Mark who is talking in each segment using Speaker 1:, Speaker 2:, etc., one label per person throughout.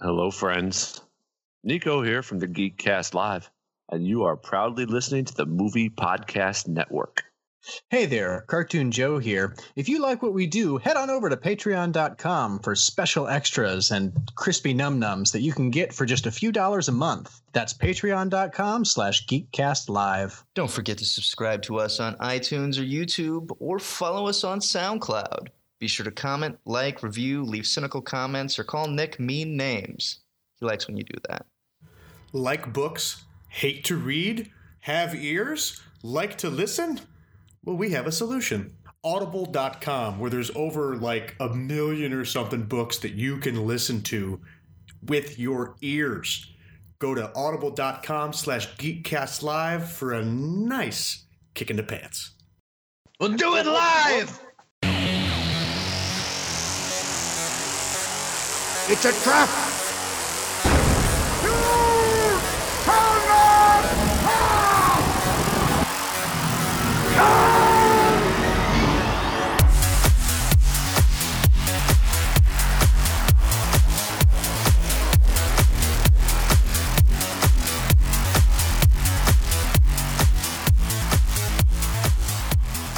Speaker 1: Hello, friends. Nico here from the Geekcast Live, and you are proudly listening to the Movie Podcast Network.
Speaker 2: Hey there, Cartoon Joe here. If you like what we do, head on over to patreon.com for special extras and crispy num nums that you can get for just a few dollars a month. That's patreon.com slash geekcastlive.
Speaker 3: Don't forget to subscribe to us on iTunes or YouTube or follow us on SoundCloud. Be sure to comment, like, review, leave cynical comments, or call Nick mean names. He likes when you do that.
Speaker 4: like books, hate to read, have ears, like to listen? Well, we have a solution. Audible.com, where there's over like a million or something books that you can listen to with your ears. Go to audible.com slash geekcast live for a nice kick in the pants.
Speaker 5: We'll do it live! It's a trap!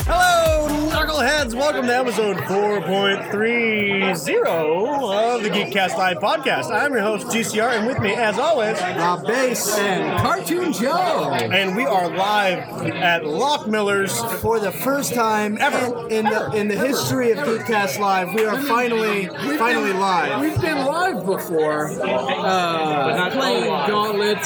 Speaker 6: Hello, knuckleheads! Welcome to episode 4.30 of the Geekcast Live podcast. I'm your host, GCR, and with me, as always,
Speaker 7: Rob Bass and Cartoon Joe.
Speaker 6: and we are live at Lock Miller's.
Speaker 7: For the first time ever in, in the in the history of Geekcast Live, we are finally finally live.
Speaker 8: We've been live before, uh, playing Gauntlet.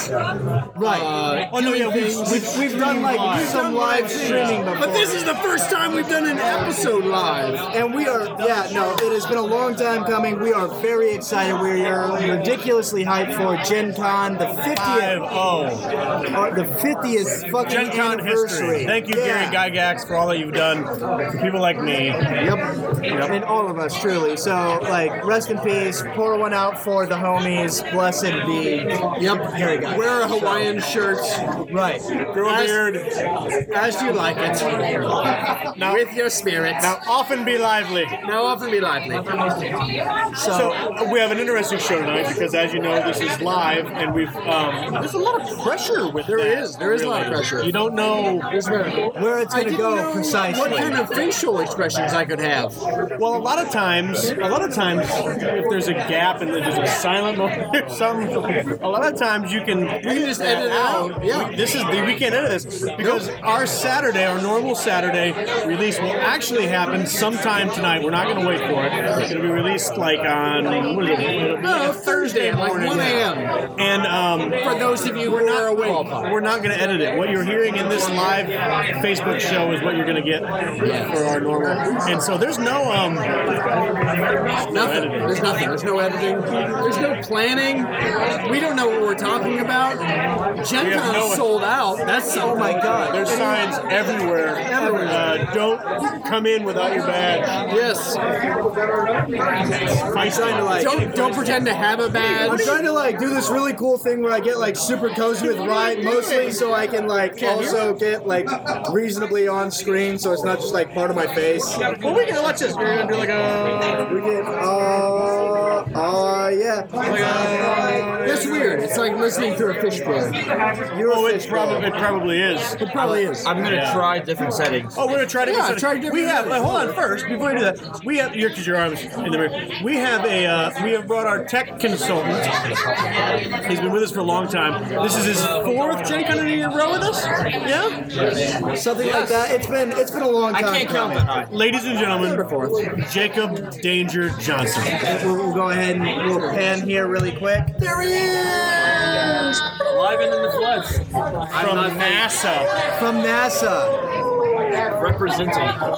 Speaker 7: right.
Speaker 8: Uh,
Speaker 6: Oh, no, yeah, we-
Speaker 7: we've, we've, we've done like some live streaming before.
Speaker 8: but this is the first time we've done an episode live.
Speaker 7: and we are, yeah, no, it has been a long time coming. We are very excited. We are ridiculously hyped for Gen Con, the 50th,
Speaker 6: 5-0.
Speaker 7: or the 50th fucking
Speaker 6: Gen Con
Speaker 7: anniversary.
Speaker 6: history. Thank you,
Speaker 7: Yeah.
Speaker 6: Gary Gygax, for all that you've done for people like me.
Speaker 7: Yep. And all of us, truly. So, like, rest in peace. Pour one out for the homies. Blessed be.
Speaker 8: Yep.
Speaker 7: Here we go.
Speaker 8: Wear a Hawaiian shirt.
Speaker 7: Right.
Speaker 6: Grow a
Speaker 8: As-
Speaker 6: beard.
Speaker 8: As you like it.
Speaker 6: Now-
Speaker 8: With your spirits.
Speaker 6: Now, often be lively.
Speaker 8: Now often be lively.
Speaker 6: So uh, we have an interesting show tonight because, as you know, this is live, and we've um, there's a lot of pressure with
Speaker 8: There
Speaker 6: that,
Speaker 8: is. There is a lot of pressure.
Speaker 6: You don't know.
Speaker 8: Here's where-
Speaker 7: Where it's
Speaker 8: I
Speaker 7: going to
Speaker 8: didn't
Speaker 7: go
Speaker 8: know
Speaker 7: precisely.
Speaker 8: what kind of facial expressions I could have.
Speaker 6: Well, a lot of times, a lot of times, if there's a gap and there's a silent moment or something, a lot of times you can you
Speaker 8: can just edit it out, yeah.
Speaker 6: This is the we can't edit this because our Saturday, our normal Saturday release will actually happen sometime tonight. We're not going to wait for it. It's going to be released like on what is it? It'll be
Speaker 8: No, Thursday at like 1 a.m.
Speaker 6: And um,
Speaker 8: For those of you who
Speaker 6: we're
Speaker 8: are
Speaker 6: not
Speaker 8: awake.
Speaker 6: We're not going to edit it. What you're hearing in this live Facebook show is what you're going to get for our normal. And so there's no um,
Speaker 8: Nothing. There's nothing. There's no editing. There's no planning. We don't know what we're talking about. Gen
Speaker 6: We have
Speaker 8: Con
Speaker 6: no-
Speaker 8: sold out. That's oh my god.
Speaker 6: there's signs everywhere.
Speaker 8: Everywhere.
Speaker 6: Uh, don't come in without your badge.
Speaker 8: Yes.
Speaker 6: Fight
Speaker 7: trying to, like-
Speaker 8: Don't don't pretend to have a
Speaker 7: I'm
Speaker 8: badge.
Speaker 7: trying to like do this really cool thing where I get like super cozy with Ryan mostly so I can like also get like reasonably on screen so it's not just like part of my face. We
Speaker 6: Well, we gotta watch this. We're gonna do like a.
Speaker 7: get uh uh yeah.
Speaker 6: uh,
Speaker 8: That's weird. It's like listening through a fishbowl.
Speaker 7: You're
Speaker 6: Oh,
Speaker 7: a
Speaker 6: it
Speaker 7: fish
Speaker 6: probably it probably is.
Speaker 8: It probably is.
Speaker 5: I'm gonna
Speaker 6: Yeah.
Speaker 5: try different settings.
Speaker 6: Oh, we're gonna try to.
Speaker 8: Yeah,
Speaker 6: get
Speaker 8: try
Speaker 6: started.
Speaker 8: different
Speaker 6: we have.
Speaker 8: methods.
Speaker 6: hold on, first before we do that, we have. Your, cause your arms in the mirror. We have a. Uh, we have brought our tech consultant. He's been with us for a long time. This is his fourth Gen Con in a row with us. Yeah.
Speaker 7: bowl. Something like that. It's been it's been a long
Speaker 5: I
Speaker 7: time.
Speaker 5: can't count that high.
Speaker 6: Ladies and gentlemen, Jacob Danger Johnson.
Speaker 7: We'll, we'll go ahead and we'll pan here really quick. There he is!
Speaker 5: Live and in the floods. I'm
Speaker 6: From
Speaker 5: not fast
Speaker 6: NASA.
Speaker 7: From NASA.
Speaker 5: representing.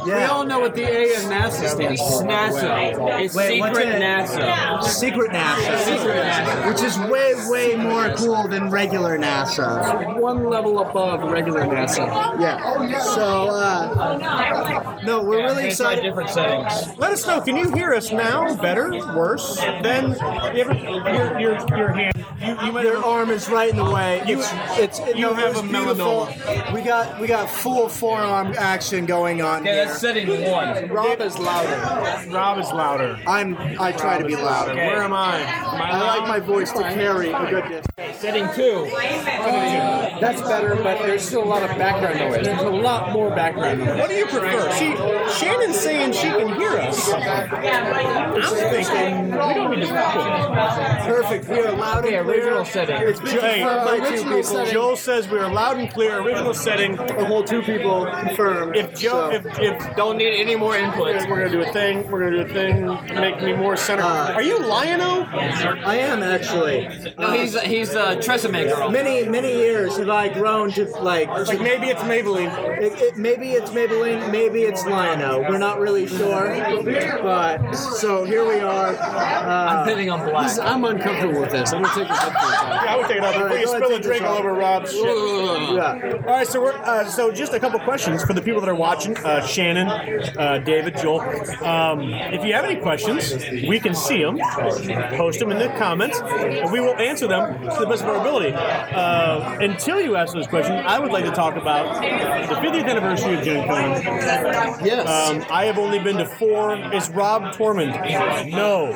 Speaker 8: We
Speaker 7: Yeah.
Speaker 8: all know what the A in NASA stands for.
Speaker 5: NASA. It's
Speaker 7: Wait, what's
Speaker 5: secret
Speaker 7: it?
Speaker 5: NASA.
Speaker 7: Secret NASA. Which is way, way more cool than regular NASA.
Speaker 8: One level above regular NASA.
Speaker 7: Yeah. So, uh, no, we're really
Speaker 5: Try
Speaker 7: excited.
Speaker 5: different settings.
Speaker 6: Let us know. Can you hear us now? Better? Worse? Then you ever, your your your hand. You, you might
Speaker 7: Your arm is right in the way.
Speaker 6: You-
Speaker 7: it's it's it,
Speaker 6: you
Speaker 7: no,
Speaker 6: have a
Speaker 7: it was beautiful. We got we got full forearm action going on
Speaker 9: Okay,
Speaker 7: here.
Speaker 9: that's setting one.
Speaker 8: Rob is louder.
Speaker 6: Rob is louder.
Speaker 7: I'm. I try to be louder.
Speaker 9: Okay.
Speaker 6: Where am I?
Speaker 7: I like my voice to carry a good distance.
Speaker 9: Setting two.
Speaker 8: That's better, but there's still a lot of background noise. There's a lot more background noise.
Speaker 10: What do you prefer? She, Shannon's saying she can hear us. I'm thinking we don't need to fuck
Speaker 7: Perfect. We are loud
Speaker 9: Okay,
Speaker 7: and clear.
Speaker 9: original setting.
Speaker 7: It's been
Speaker 6: Hey,
Speaker 7: confirmed by two
Speaker 8: original
Speaker 7: people.
Speaker 8: setting.
Speaker 6: Joel says we are loud and clear. Original setting.
Speaker 7: The whole two people confirmed.
Speaker 6: If Joe,
Speaker 7: so.
Speaker 6: if, if
Speaker 9: Don't need any more input.
Speaker 6: we're gonna do a thing, we're gonna do a thing. Make me more center. Are you Lion-O?
Speaker 7: I am actually.
Speaker 9: No, he's he's a Tresemme girl.
Speaker 7: Many many years have I grown to like.
Speaker 6: Like maybe it's Maybelline.
Speaker 7: It, it, maybe it's Maybelline, maybe it's Lionel. We're not really sure, but so here we are.
Speaker 9: I'm
Speaker 7: Uh,
Speaker 9: hitting on black.
Speaker 8: I'm uncomfortable with this. I'm gonna take this up for a time.
Speaker 6: Yeah, I would take it out before you
Speaker 7: All right, go ahead,
Speaker 6: spill a
Speaker 7: take
Speaker 6: drink
Speaker 7: this
Speaker 6: all
Speaker 7: off.
Speaker 6: over Rob's shit.
Speaker 7: yeah.
Speaker 6: All right, so we're uh, so just a couple questions for the people that are watching. Uh, Shannon, uh, David, Joel. Um, if you have any questions, we can see them, post them in the comments, and we will answer them to the best of our ability. Uh, until you ask those questions, I would like to talk about the 50th anniversary of Gen Con.
Speaker 8: Yes.
Speaker 6: Um, I have only been to four. Is Rob Tormund? No,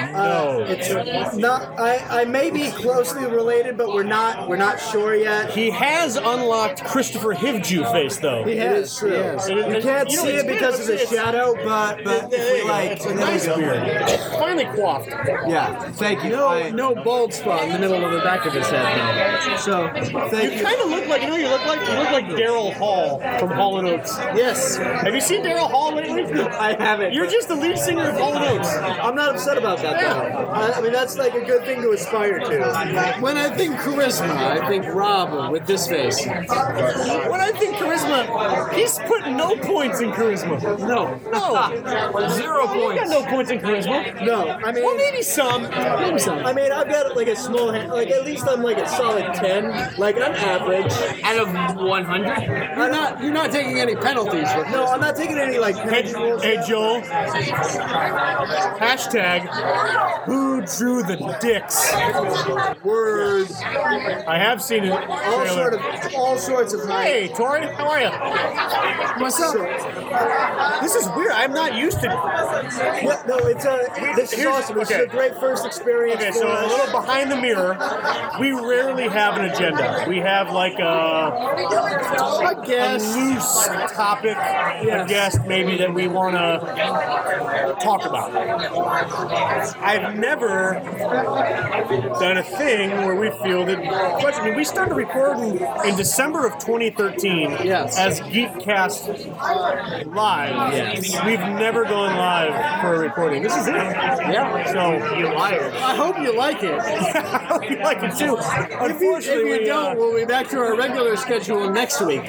Speaker 6: no.
Speaker 7: It's not. I, I may be closely related, but we're not. We're not sure yet.
Speaker 6: He has unlocked Christopher Hivju face though.
Speaker 7: It is true. You can't see it because of the shadow, but but if we like
Speaker 6: It's a nice beard. Finally quaffed.
Speaker 7: yeah. Thank you.
Speaker 8: no,
Speaker 7: I-
Speaker 8: no bald spot in the middle of the back of his head now.
Speaker 7: So thank
Speaker 6: You
Speaker 7: you.
Speaker 6: kind of look like you know you look like you look like Daryl Hall from Hall and Oates.
Speaker 7: Yes,
Speaker 6: Have you seen Daryl Hall lately?
Speaker 7: I have it.
Speaker 6: You're just the lead singer of Hall and Oates.
Speaker 7: I'm not upset about that though. I, I mean that's like a good thing to aspire to.
Speaker 8: When I think charisma, I think Rob with this face.
Speaker 6: When I think charisma, he's put no points in charisma. No, no,
Speaker 9: Zero
Speaker 6: He got
Speaker 9: points.
Speaker 6: no points in charisma.
Speaker 7: No, I mean.
Speaker 6: Well, maybe some. Maybe some.
Speaker 7: I mean, I've got like a small hand. Like at least I'm like a solid ten. Like I'm average.
Speaker 9: Out of 100.
Speaker 8: You're not you're not taking any penalties with
Speaker 7: No, I'm not taking any like.
Speaker 6: Hey,
Speaker 7: penalty rules.
Speaker 6: hey, Joel. Hashtag who drew the dicks?
Speaker 7: Words.
Speaker 6: I have seen it.
Speaker 7: All sort of. All sorts of.
Speaker 6: Hey, Tori, how are you?
Speaker 8: What's up?
Speaker 6: This is weird. I'm not used to.
Speaker 7: What? No, it's a. This is
Speaker 6: Here's-
Speaker 7: awesome. This
Speaker 6: okay.
Speaker 7: is a great first experience.
Speaker 6: Okay,
Speaker 7: for
Speaker 6: so a
Speaker 7: us.
Speaker 6: little behind the mirror, we rarely have an agenda. We have like a,
Speaker 7: I
Speaker 6: a
Speaker 7: guess.
Speaker 6: loose topic, a guest maybe that we want to talk about. I've never done a thing where we fielded questions. I mean, we started recording in December of 2013
Speaker 8: Yes.
Speaker 6: as Geekcast Live.
Speaker 8: Yes.
Speaker 6: We've never gone live for a recording. This is it. Yeah. So you liar.
Speaker 8: I hope you like it.
Speaker 6: I hope you like it too.
Speaker 8: If you,
Speaker 6: Unfortunately,
Speaker 8: if you
Speaker 6: we, uh,
Speaker 8: don't, we'll be back to our regular schedule next week,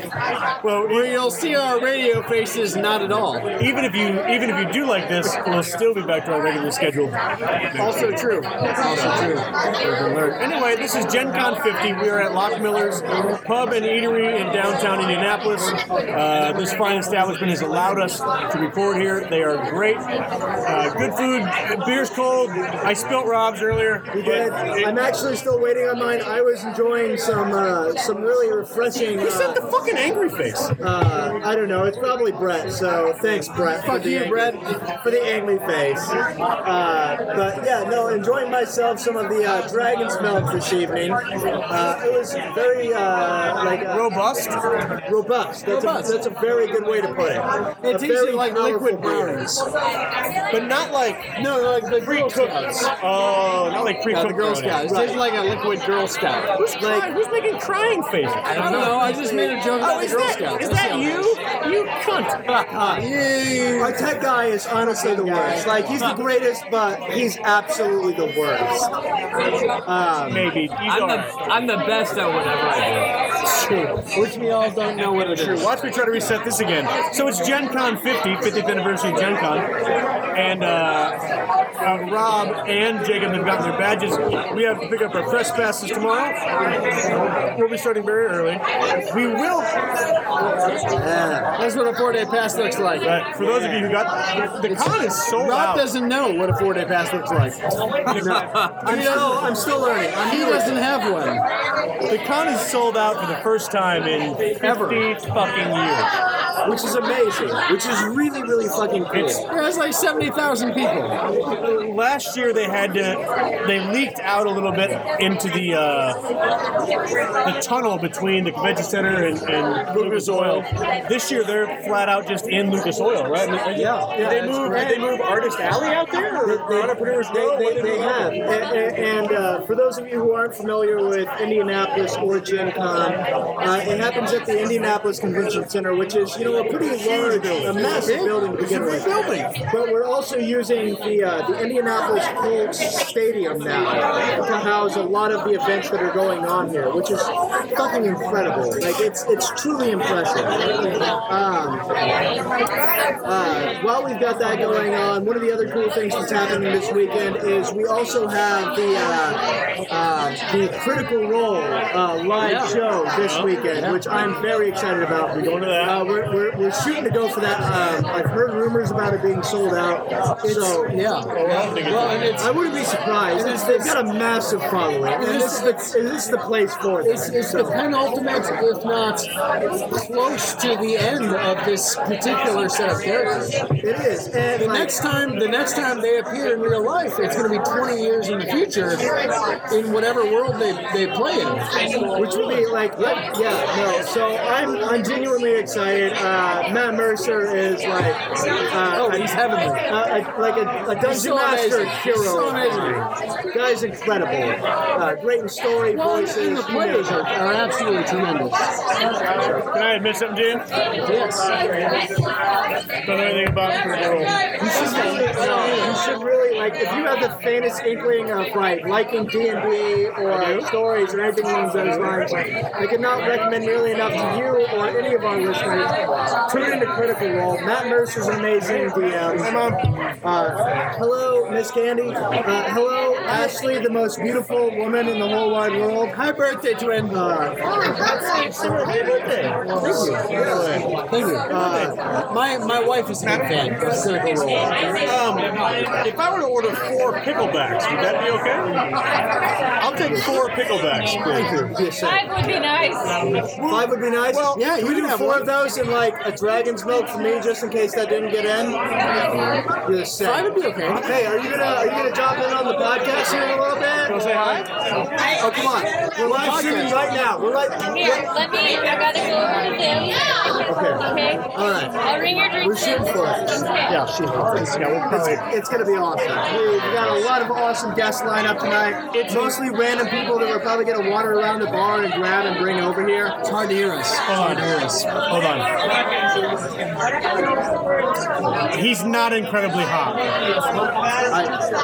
Speaker 6: well,
Speaker 8: where you'll see our radio faces not at all.
Speaker 6: even if you even if you do like this, we'll still be back to our regular schedule.
Speaker 8: Also true. Also true.
Speaker 6: Anyway, this is Gen Con 50. We are at Lock Miller's Pub and Eatery in downtown Indianapolis. Uh, this fine establishment has allowed us to record here. They are great. Uh, good food. Beer's cold. I spilt Rob's earlier.
Speaker 7: We did. I'm actually still waiting on mine. I was enjoying some uh, some really refreshing.
Speaker 6: Who sent the
Speaker 7: Uh,
Speaker 6: fucking angry face?
Speaker 7: uh, I don't know. It's probably Brett. So thanks, Brett.
Speaker 8: Fuck
Speaker 7: for the
Speaker 8: you,
Speaker 7: angry-
Speaker 8: Brett.
Speaker 7: for the angry face. Uh, but yeah, no, enjoying myself some of the uh, dragon's milk this evening. Uh, it was very uh, like uh,
Speaker 6: Robust.
Speaker 7: robust. That's,
Speaker 8: Robust.
Speaker 7: A, that's a very good way to put it.
Speaker 8: It
Speaker 7: A
Speaker 8: tasted
Speaker 7: very
Speaker 8: like
Speaker 7: powerful
Speaker 8: liquid
Speaker 7: beer.
Speaker 8: brownies.
Speaker 6: But not like
Speaker 8: No, like the Girl
Speaker 6: pre-cooked.
Speaker 8: Scouts.
Speaker 6: Oh, not like
Speaker 8: Yeah,
Speaker 6: pre-cooked.
Speaker 8: Uh, the Girl
Speaker 6: brownies.
Speaker 8: Scouts. It tastes like a liquid Girl Scout.
Speaker 6: Who's, crying? Who's making crying faces?
Speaker 8: I don't know. I just made a joke
Speaker 6: Oh,
Speaker 8: about the Girl Scouts.
Speaker 6: You cunt.
Speaker 7: Our Uh, tech guy is honestly the worst. Like he's the greatest, but he's absolutely the worst. Um,
Speaker 6: Maybe. He's
Speaker 9: I'm the
Speaker 6: alright.
Speaker 9: I'm the best at whatever I
Speaker 8: Which we all don't know what it is.
Speaker 6: Watch me try to reset this again. So it's Gen Con 50, 50th anniversary of Gen Con. And uh, uh, Rob and Jacob have gotten their badges. We have to pick up our press passes tomorrow. We'll be starting very early. We will
Speaker 8: That's what a four-day pass looks like.
Speaker 6: Right. For those of you who got the con is so
Speaker 8: Rob
Speaker 6: loud.
Speaker 8: doesn't know what a four-day pass looks like.
Speaker 7: I'm still, I'm still learning. I'm
Speaker 8: He doesn't have one.
Speaker 6: The con is sold out for the first time in 50
Speaker 8: Ever.
Speaker 6: fucking years.
Speaker 7: which is amazing, which is really, really fucking cool.
Speaker 6: It's-
Speaker 8: There was like 70,000 people.
Speaker 6: Last year they had to, they leaked out a little bit into the uh, the tunnel between the convention center and, and Lucas Oil. This year they're flat out just in Lucas Oil, right?
Speaker 7: Yeah, yeah,
Speaker 6: Did they
Speaker 7: that's
Speaker 6: move?
Speaker 7: right.
Speaker 6: Did they move Artist Alley out there? Or Entrepreneurs Row?
Speaker 7: They,
Speaker 6: What
Speaker 7: they,
Speaker 6: did
Speaker 7: they have. And, and, and, uh, for those of you who aren't familiar with Indianapolis or Gen Con, uh, it happens at the Indianapolis Convention Center, which is, you know, a pretty large, a massive building to begin with. But we're also using the, uh, the Indianapolis Colts Stadium now to house a lot of the events that are going on here, which is fucking incredible. Like, it's, it's truly impressive. Um, uh, while we've got that going on, one of the other cool things that's happening this weekend is we also have the uh, uh, the Critical Role uh, live
Speaker 11: Yeah.
Speaker 7: show this
Speaker 11: Yeah.
Speaker 7: weekend, which I'm very excited about. We're
Speaker 6: going to that.
Speaker 7: Uh, we're, we're, we're shooting to go for that. Um, I've heard rumors about it being sold out. So
Speaker 8: yeah, Well, and it's-
Speaker 7: I wouldn't be surprised. It's, they've got a massive following, and this is the, this is the place for it.
Speaker 8: It's, it's the penultimate, if not close to the end of this particular set of characters.
Speaker 7: It is. And
Speaker 8: the next time, the next time they appear in real life, it's going to be 20 years in the future, in whatever world they, they play in.
Speaker 7: which would be like, yeah, yeah, no. So I'm, I'm genuinely excited. Uh, Matt Mercer is like, uh,
Speaker 8: Oh, he's heavenly.
Speaker 7: uh, a- like a, a dungeon
Speaker 8: He's so
Speaker 7: master
Speaker 8: amazing.
Speaker 7: hero.
Speaker 8: He's so amazing.
Speaker 7: Guy's incredible. Uh, great in story,
Speaker 8: Well,
Speaker 7: voices.
Speaker 8: and the players are, are absolutely tremendous.
Speaker 6: Can I admit something, Jim?
Speaker 8: Yes.
Speaker 6: Don't know anything about Critical Role.
Speaker 7: You should, no, you should really like if you have the faintest inkling of like liking D and D or stories or anything along those lines. I could not recommend nearly enough to you or any of our listeners. Tune into Critical Role. Matt Mercer's amazing DM. Uh, hello, Miss Candy. Uh, hello, Ashley, the most beautiful woman in the whole wide world. Happy birthday, twin. Uh, happy birthday. Thank you.
Speaker 8: Thank you. Uh, my, my wife is a big fan of Cynical Role.
Speaker 6: Um, if I were to order four picklebacks, would that be okay? I'll take four picklebacks, please.
Speaker 7: Thank you. Yes, sir.
Speaker 12: Five would be nice.
Speaker 7: Five would be nice.
Speaker 6: Well,
Speaker 7: yeah, you
Speaker 8: we
Speaker 7: we
Speaker 8: can
Speaker 7: do
Speaker 8: have
Speaker 7: four
Speaker 8: one.
Speaker 7: of those and like a dragon's milk for me, just in case that didn't get in. You're sick.
Speaker 8: I would be okay.
Speaker 7: Hey, are you gonna are you gonna drop in on the podcast here in a little bit?
Speaker 6: Wanna say hi?
Speaker 7: Oh come on, we're live streaming right now. We're like
Speaker 12: Here, let me. I gotta go over to them. Okay.
Speaker 7: all right.
Speaker 12: I'll ring your drink.
Speaker 7: We're shooting for it.
Speaker 12: Yeah.
Speaker 7: she's yeah, we'll it's, it's gonna be awesome. We have got a lot of awesome guests lined up tonight. It's mostly random people that we're probably gonna wander around the bar and grab and bring over here.
Speaker 8: It's hard to hear us. It's hard to hear us.
Speaker 6: Hold on. He's not incredibly hot.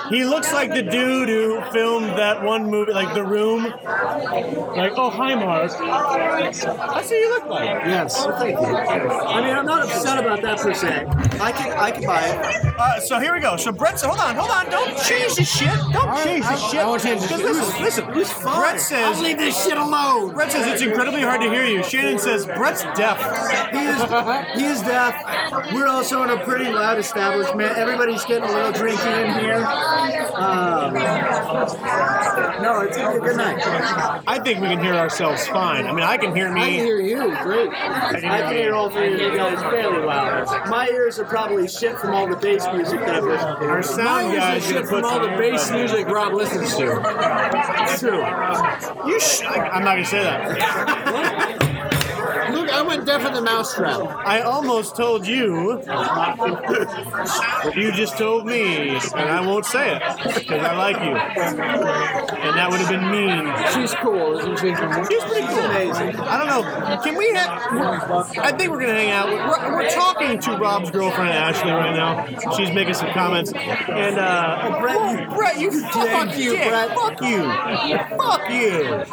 Speaker 6: He looks like the dude who filmed that one movie, like The Room. Like, oh, hi, Mark. That's what you look like.
Speaker 8: Yes.
Speaker 7: I mean, I'm not upset about that per se. I can I can buy it.
Speaker 6: Uh, so here we go. So Brett, hold on, hold on. Don't change the shit. Don't change the shit.
Speaker 8: I won't change the
Speaker 6: Because
Speaker 8: shit.
Speaker 6: Listen, listen. Brett says.
Speaker 8: leave this shit alone.
Speaker 6: Brett says it's incredibly hard to hear you. Shannon says Brett's deaf.
Speaker 7: He is, he is deaf. We're also in a pretty loud establishment. Everybody's getting a little drinky in here. Um, no, it's a good night.
Speaker 6: I think we can hear ourselves fine. I mean, I can hear
Speaker 8: I can
Speaker 6: me.
Speaker 8: hear you. Great.
Speaker 7: I can hear all three of you guys fairly loud. My ears are probably shit from all the bass music that I've listened
Speaker 6: Our
Speaker 7: to.
Speaker 6: sound
Speaker 8: Mine
Speaker 6: guy
Speaker 8: is the shit
Speaker 6: put
Speaker 8: from all
Speaker 6: some
Speaker 8: the bass
Speaker 6: earbuds in.
Speaker 8: music Rob listens to.
Speaker 6: It's true. You sh- I'm not gonna say that.
Speaker 8: Look, I went deaf in the mousetrap.
Speaker 6: I almost told you. what you just told me, and I won't say it because I like you, and that would have been mean.
Speaker 8: She's cool, isn't she?
Speaker 6: She's pretty cool. I don't know. Can we have? I think we're gonna hang out. We're, we're talking to Rob's girlfriend Ashley right now. She's making some comments. And uh, Brett, you, Brett, you fuck you, Brett. Fuck you. Fuck you.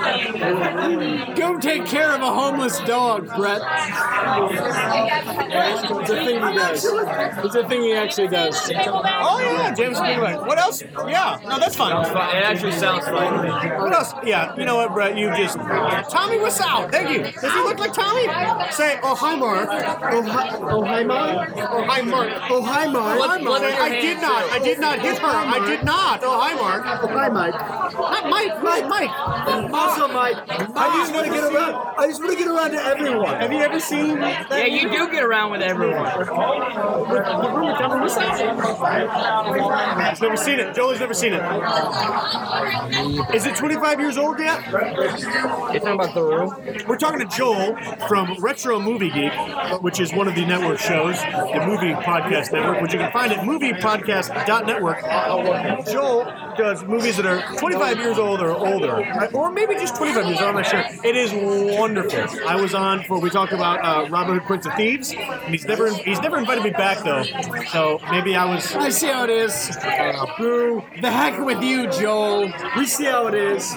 Speaker 8: Go take care of a homeless dog, Brett. It's a thing he does. It's a thing he actually does.
Speaker 6: Oh yeah, James Greenway. What else? Yeah, no, that's fine.
Speaker 13: But it actually sounds fine.
Speaker 6: What else? Yeah, you know what, Brett? You just Tommy was out. Thank you. Does he look like Tommy? Say, oh hi, Mark.
Speaker 7: Oh, hi, oh, hi, Mark.
Speaker 6: Oh hi, Mark.
Speaker 7: Oh, hi, Mark.
Speaker 13: Let- let her-
Speaker 6: I did not. I did not hit her. I did not. Oh hi, Mark.
Speaker 7: Oh, hi, Mike.
Speaker 6: Not Mike.
Speaker 7: Mike, right, Mike. Also, Mike, I just want to get around. I just want to get around to everyone. Have you ever seen? That
Speaker 14: Yeah, you do get around with everyone.
Speaker 6: He's never seen it. Jolie's never seen it. Is it 25 years old yet? You're talking about the room? We're talking to Joel from Retro Movie Geek, which is one of the network shows, the Movie Podcast Network, which you can find at moviepodcast.network. Joel does movies that are 25 years old or older, uh, or maybe just 25 years old. I'm not sure. It is wonderful. I was on for we talked about uh, Robin Hood, Prince of Thieves, and he's never he's never invited me back though. So maybe I was.
Speaker 8: I see how it is. Boo. The heck with you, Joel.
Speaker 6: We see how it is.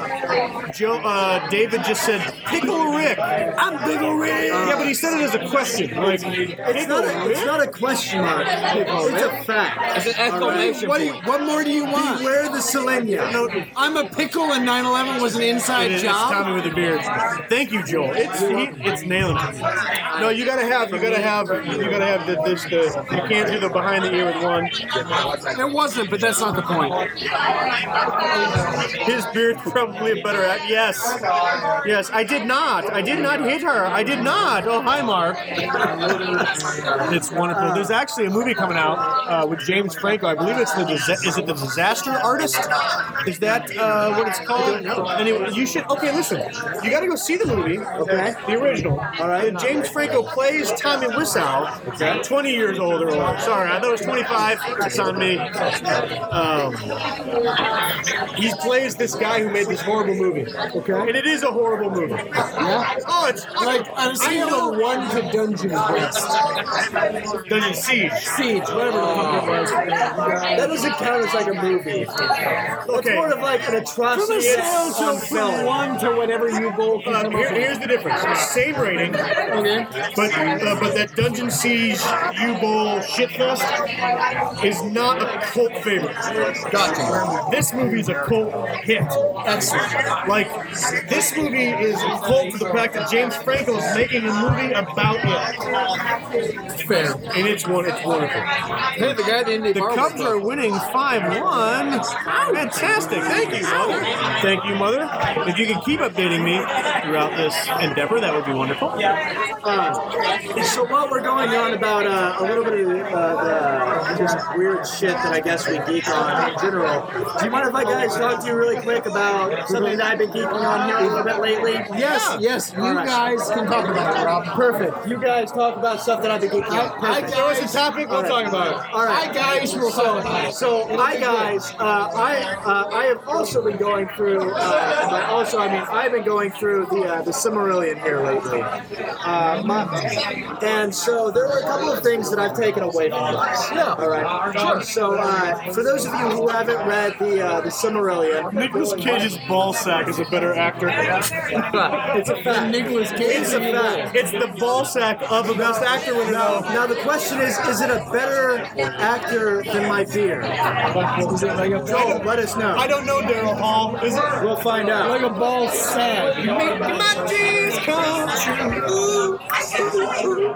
Speaker 6: Joe, uh, David just said, Pickle Rick. I'm Pickle Rick. yeah, but he said it as a question. Like,
Speaker 7: It's not, a, it's not a question mark. It's a fact.
Speaker 8: It's an exclamation
Speaker 7: What, do you- what more do you want? Beware the Selenia.
Speaker 8: I'm a pickle and 9 11 was an inside
Speaker 6: It is
Speaker 8: job.
Speaker 6: Tommy with a beard. Thank you, Joel. It's he, it's nailing. it. No, you gotta have you gotta have you gotta have the, this the you can't do the behind the ear with one.
Speaker 8: It wasn't, but that's not the point.
Speaker 6: His beard's probably a better at yes. Yes, I did not. I did not hit her. I did not. Oh hi Mark. It's wonderful.
Speaker 7: Oh.
Speaker 6: There's actually a movie coming out uh, with James Franco. I believe it's the disa- is it the Disaster Artist? Is that uh, what it's called? Anyway, you should okay. Listen, you got to go see the movie. Okay, the original. All right. James Franco plays Tommy Wiseau, 20 years older. Or, sorry, I thought it was 25. It's on me. Um, he plays this guy who made this horrible movie. Okay, and it is a horrible movie. Oh, it's
Speaker 7: like on a scale of one to Dungeon Quest.
Speaker 6: Dungeon Siege.
Speaker 7: Siege, whatever the fuck it was. That doesn't count as like a movie. It's more of like an atrocity.
Speaker 6: From a scale to-
Speaker 7: on film.
Speaker 6: from one
Speaker 7: to whatever you both.
Speaker 6: Um, here- here's the difference. Same rating, but uh, but that Dungeon Siege U Bowl shitfest is not a cult favorite. Gotcha. This movie is a cult hit. Excellent. Like this movie is a cult to the fact that James Franco is making a movie about it. Fair. And it's one. It's wonderful. Hey,
Speaker 8: the guy at the Indy
Speaker 6: The Cubs are winning five-one. Fantastic. Thank you, mother. Thank you, mother. If you can keep updating me throughout this endeavor, that would be wonderful.
Speaker 7: Uh, so while we're going on about uh, a little bit of uh, the just weird shit that I guess we geek on in general, do you mind if I guys talk to you really quick about something that I've been geeking on here a little bit lately?
Speaker 8: Yes, yes, you guys can talk about it, Rob.
Speaker 7: Perfect. You guys talk about stuff that I've been geeking on.
Speaker 8: I- I
Speaker 7: Perfect.
Speaker 8: guys- Throw us a topic, we'll
Speaker 7: All right.
Speaker 8: talk about it.
Speaker 7: All right.
Speaker 8: I guys will
Speaker 7: so,
Speaker 8: talk about it.
Speaker 7: So
Speaker 8: It'll
Speaker 7: I
Speaker 8: be
Speaker 7: guys, uh, I uh, I have also been going through. Uh, but also, I mean, I've been going through the uh, the Cimmerillion here lately. Uh, my, and so there were a couple of things that I've taken away from this. Yeah. All right. Sure. So uh, for those of you who haven't read the uh, the Cimmerillion,
Speaker 6: Nicholas Cage's ball sack is a better actor.
Speaker 7: it's a fact.
Speaker 8: Nicholas Cage.
Speaker 7: It's a fact.
Speaker 6: It's the ball sack of a best actor winner.
Speaker 7: Now, now the question is, is it a better actor than my beer? Joel, let us know.
Speaker 6: I don't know Daryl Hall. Is it?
Speaker 7: We'll find out.
Speaker 8: Like a ball sack.
Speaker 7: my dreams come true.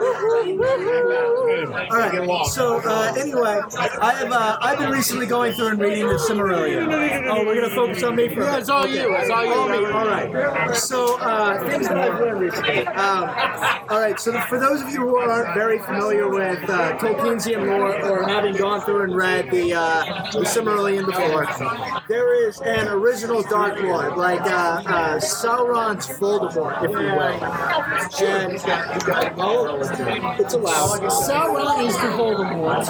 Speaker 7: All right. So uh, anyway, I have uh, I've been recently going through and reading the Cimmerillion. Oh, we're gonna focus on me for
Speaker 8: Yeah, it's all you, it's all you,
Speaker 7: All, me.
Speaker 8: Robert.
Speaker 7: all right. So uh, things that I've learned recently. Um, all right. So for those of you who aren't very familiar with uh, Tolkiensian lore or having gone through and read the uh, the Cimmerillion before, there is an original Dark Lord, like uh, uh, Sauron's Voldemort, if you will. And oh, it's allowed.
Speaker 8: Sauron is to Voldemort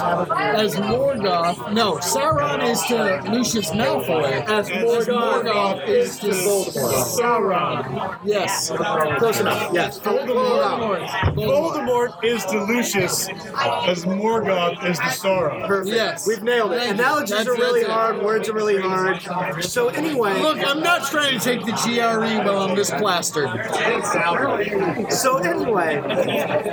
Speaker 8: as Morgoth. No, Sauron is to Lucius Malfoy as Morgoth, is to Voldemort.
Speaker 6: Sauron.
Speaker 8: Yes.
Speaker 7: Close enough. Yes.
Speaker 8: Voldemort.
Speaker 6: Voldemort is to Lucius as Morgoth is to Sauron.
Speaker 7: Perfect.
Speaker 8: Yes.
Speaker 7: We've nailed it.
Speaker 8: Thank you.
Speaker 7: Analogies
Speaker 8: That's-
Speaker 7: are really
Speaker 8: that's it.
Speaker 7: hard. Words are really hard. So anyway.
Speaker 8: Look, I'm not trying to take the GRE while I'm this plastered.
Speaker 7: So anyway,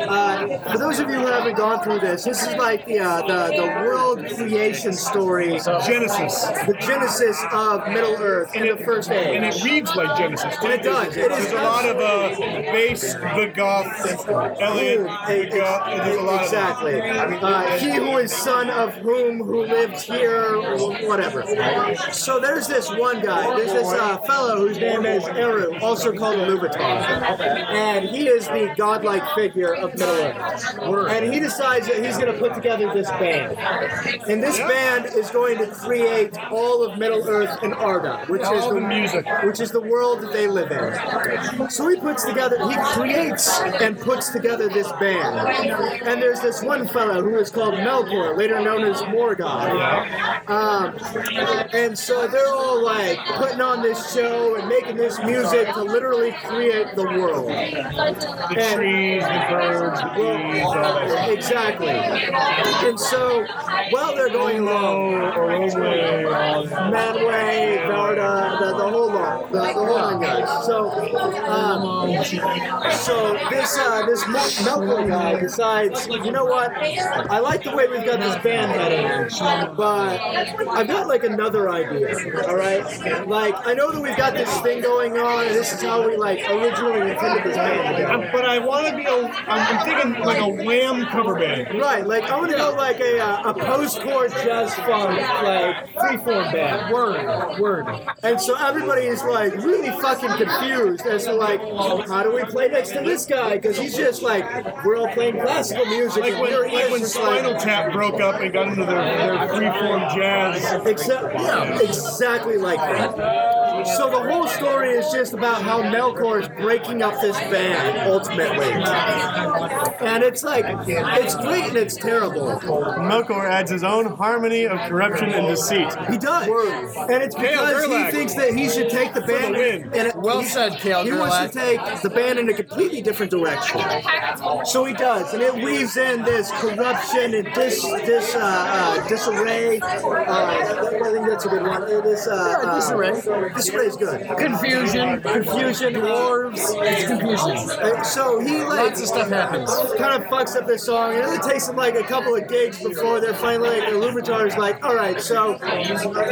Speaker 7: uh, for those of you who haven't gone through this, this is like the uh, the, the world creation story,
Speaker 6: Genesis,
Speaker 7: the genesis of Middle Earth in the first age.
Speaker 6: And it reads like Genesis.
Speaker 7: And it does. It
Speaker 6: There's
Speaker 7: is
Speaker 6: a lot of uh, bass, the goth, Elliot, the goth. There's a lot
Speaker 7: Exactly. Uh, he who is son of whom who lived here, or whatever. So there's this one guy, this there's this uh, fellow whose name is Eru, also called Iluvatar, and he is the godlike figure of Middle Earth. And he decides that he's going to put together this band, and this band is going to create all of Middle Earth and Arda, which is the music, which is the world that they live in. So he puts together, he creates and puts together this band, and there's this one fellow who is called Melkor, later known as Morgoth. Um, and so they're all like putting on this show and making this music to literally create the world.
Speaker 5: The
Speaker 7: And-
Speaker 5: trees, the birds, the bees, all that.
Speaker 7: Exactly. And so while they're going along, Madway, Varda, the, the whole lot, the, the whole nine guys. So, um, so this uh, this Mel- Melkor guy decides, you know what? I like the way we've got this band headed, but I've got like another idea. All right, like I know that we've got this thing going on, and this is how we like originally intended this band to go.
Speaker 6: But I want to be a. I'm, I'm thinking like a Wham cover band.
Speaker 7: Right, like I want to go like a uh, a post-core jazz funk, like freeform band. Word, word. And so everybody is like really fucking confused as to like how do we play next to this guy because he's just like we're all playing classical music.
Speaker 6: Like
Speaker 7: and
Speaker 6: when,
Speaker 7: here he
Speaker 6: like
Speaker 7: is
Speaker 6: when
Speaker 7: just,
Speaker 6: Spinal Tap broke up and got into their, their freeform jazz.
Speaker 7: Exactly. Yeah, exactly like that. So the whole story is just about how Melkor is breaking up this band ultimately, and it's like it's great and it's terrible.
Speaker 6: Melkor adds his own harmony of corruption and deceit.
Speaker 7: He does. And it's
Speaker 6: Kale
Speaker 7: because
Speaker 6: Gerlach.
Speaker 7: he thinks that he should take the
Speaker 6: For the
Speaker 7: band
Speaker 6: win.
Speaker 7: in a,
Speaker 6: Well
Speaker 7: he-
Speaker 6: said, Kale
Speaker 7: He wants to
Speaker 6: Gerlach.
Speaker 7: take the band in a completely different direction. So he does, and it weaves in this corruption and dis, dis, uh, uh, disarray. Uh, I think that's a good one. It is, uh,
Speaker 8: Yeah, disarray.
Speaker 7: Uh, disarray is good.
Speaker 8: Confusion.
Speaker 7: Confusion.
Speaker 8: Dwarves. It's confusion.
Speaker 7: Uh, So he like
Speaker 8: Lots of stuff happens.
Speaker 7: Kind of fucks up this song. It only takes him like a couple of gigs before they're finally like the Loubatar's like, all right, so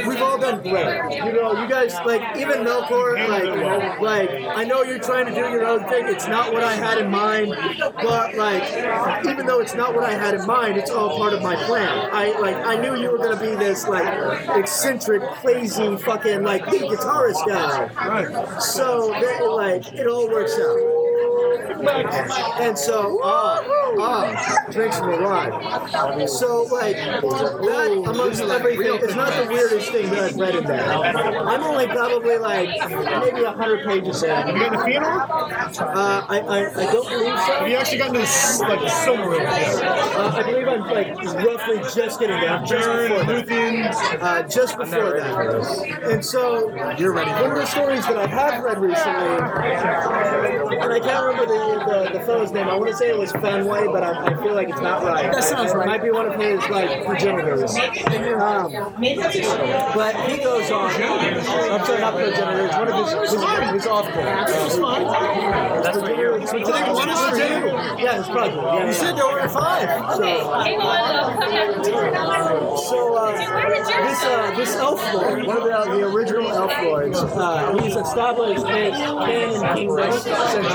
Speaker 7: we've all done great. You know, you guys like even Melkor like like I know you're trying to do your own thing. It's not what I had in mind, but like even though it's not what I had in mind, it's all part of my plan. I like I knew you were gonna be this like eccentric, crazy fucking like lead guitarist guy. Right. So they, like it all works out. And so, uh, uh, drinks will arrive. So, like, that amongst everything is not the weirdest thing that I've read in there. I'm only probably like maybe 100 pages in. Have you gotten a funeral? Uh, I, I, I don't believe so. Have you actually gotten this, like, silver uh, I believe I'm, like, roughly just getting down. Just before that. Uh, just before that. And so, you're ready. One of the stories that I have read recently, and I can't remember the, the, the fellow's name. I want to say it was Fenway, but I, I feel like it's not right.
Speaker 8: That sounds
Speaker 7: It
Speaker 8: right.
Speaker 7: might be one of his like progenitors. Um, but he goes on. I'm sorry, not progenitors. One of his his, his offspring. That's what you're. So today, one is Yeah, it's probably. Yeah, you said there were five. So uh, this uh, this elf lord, one of the, uh, the original elf lords, uh, he's established his canon kingdom essentially.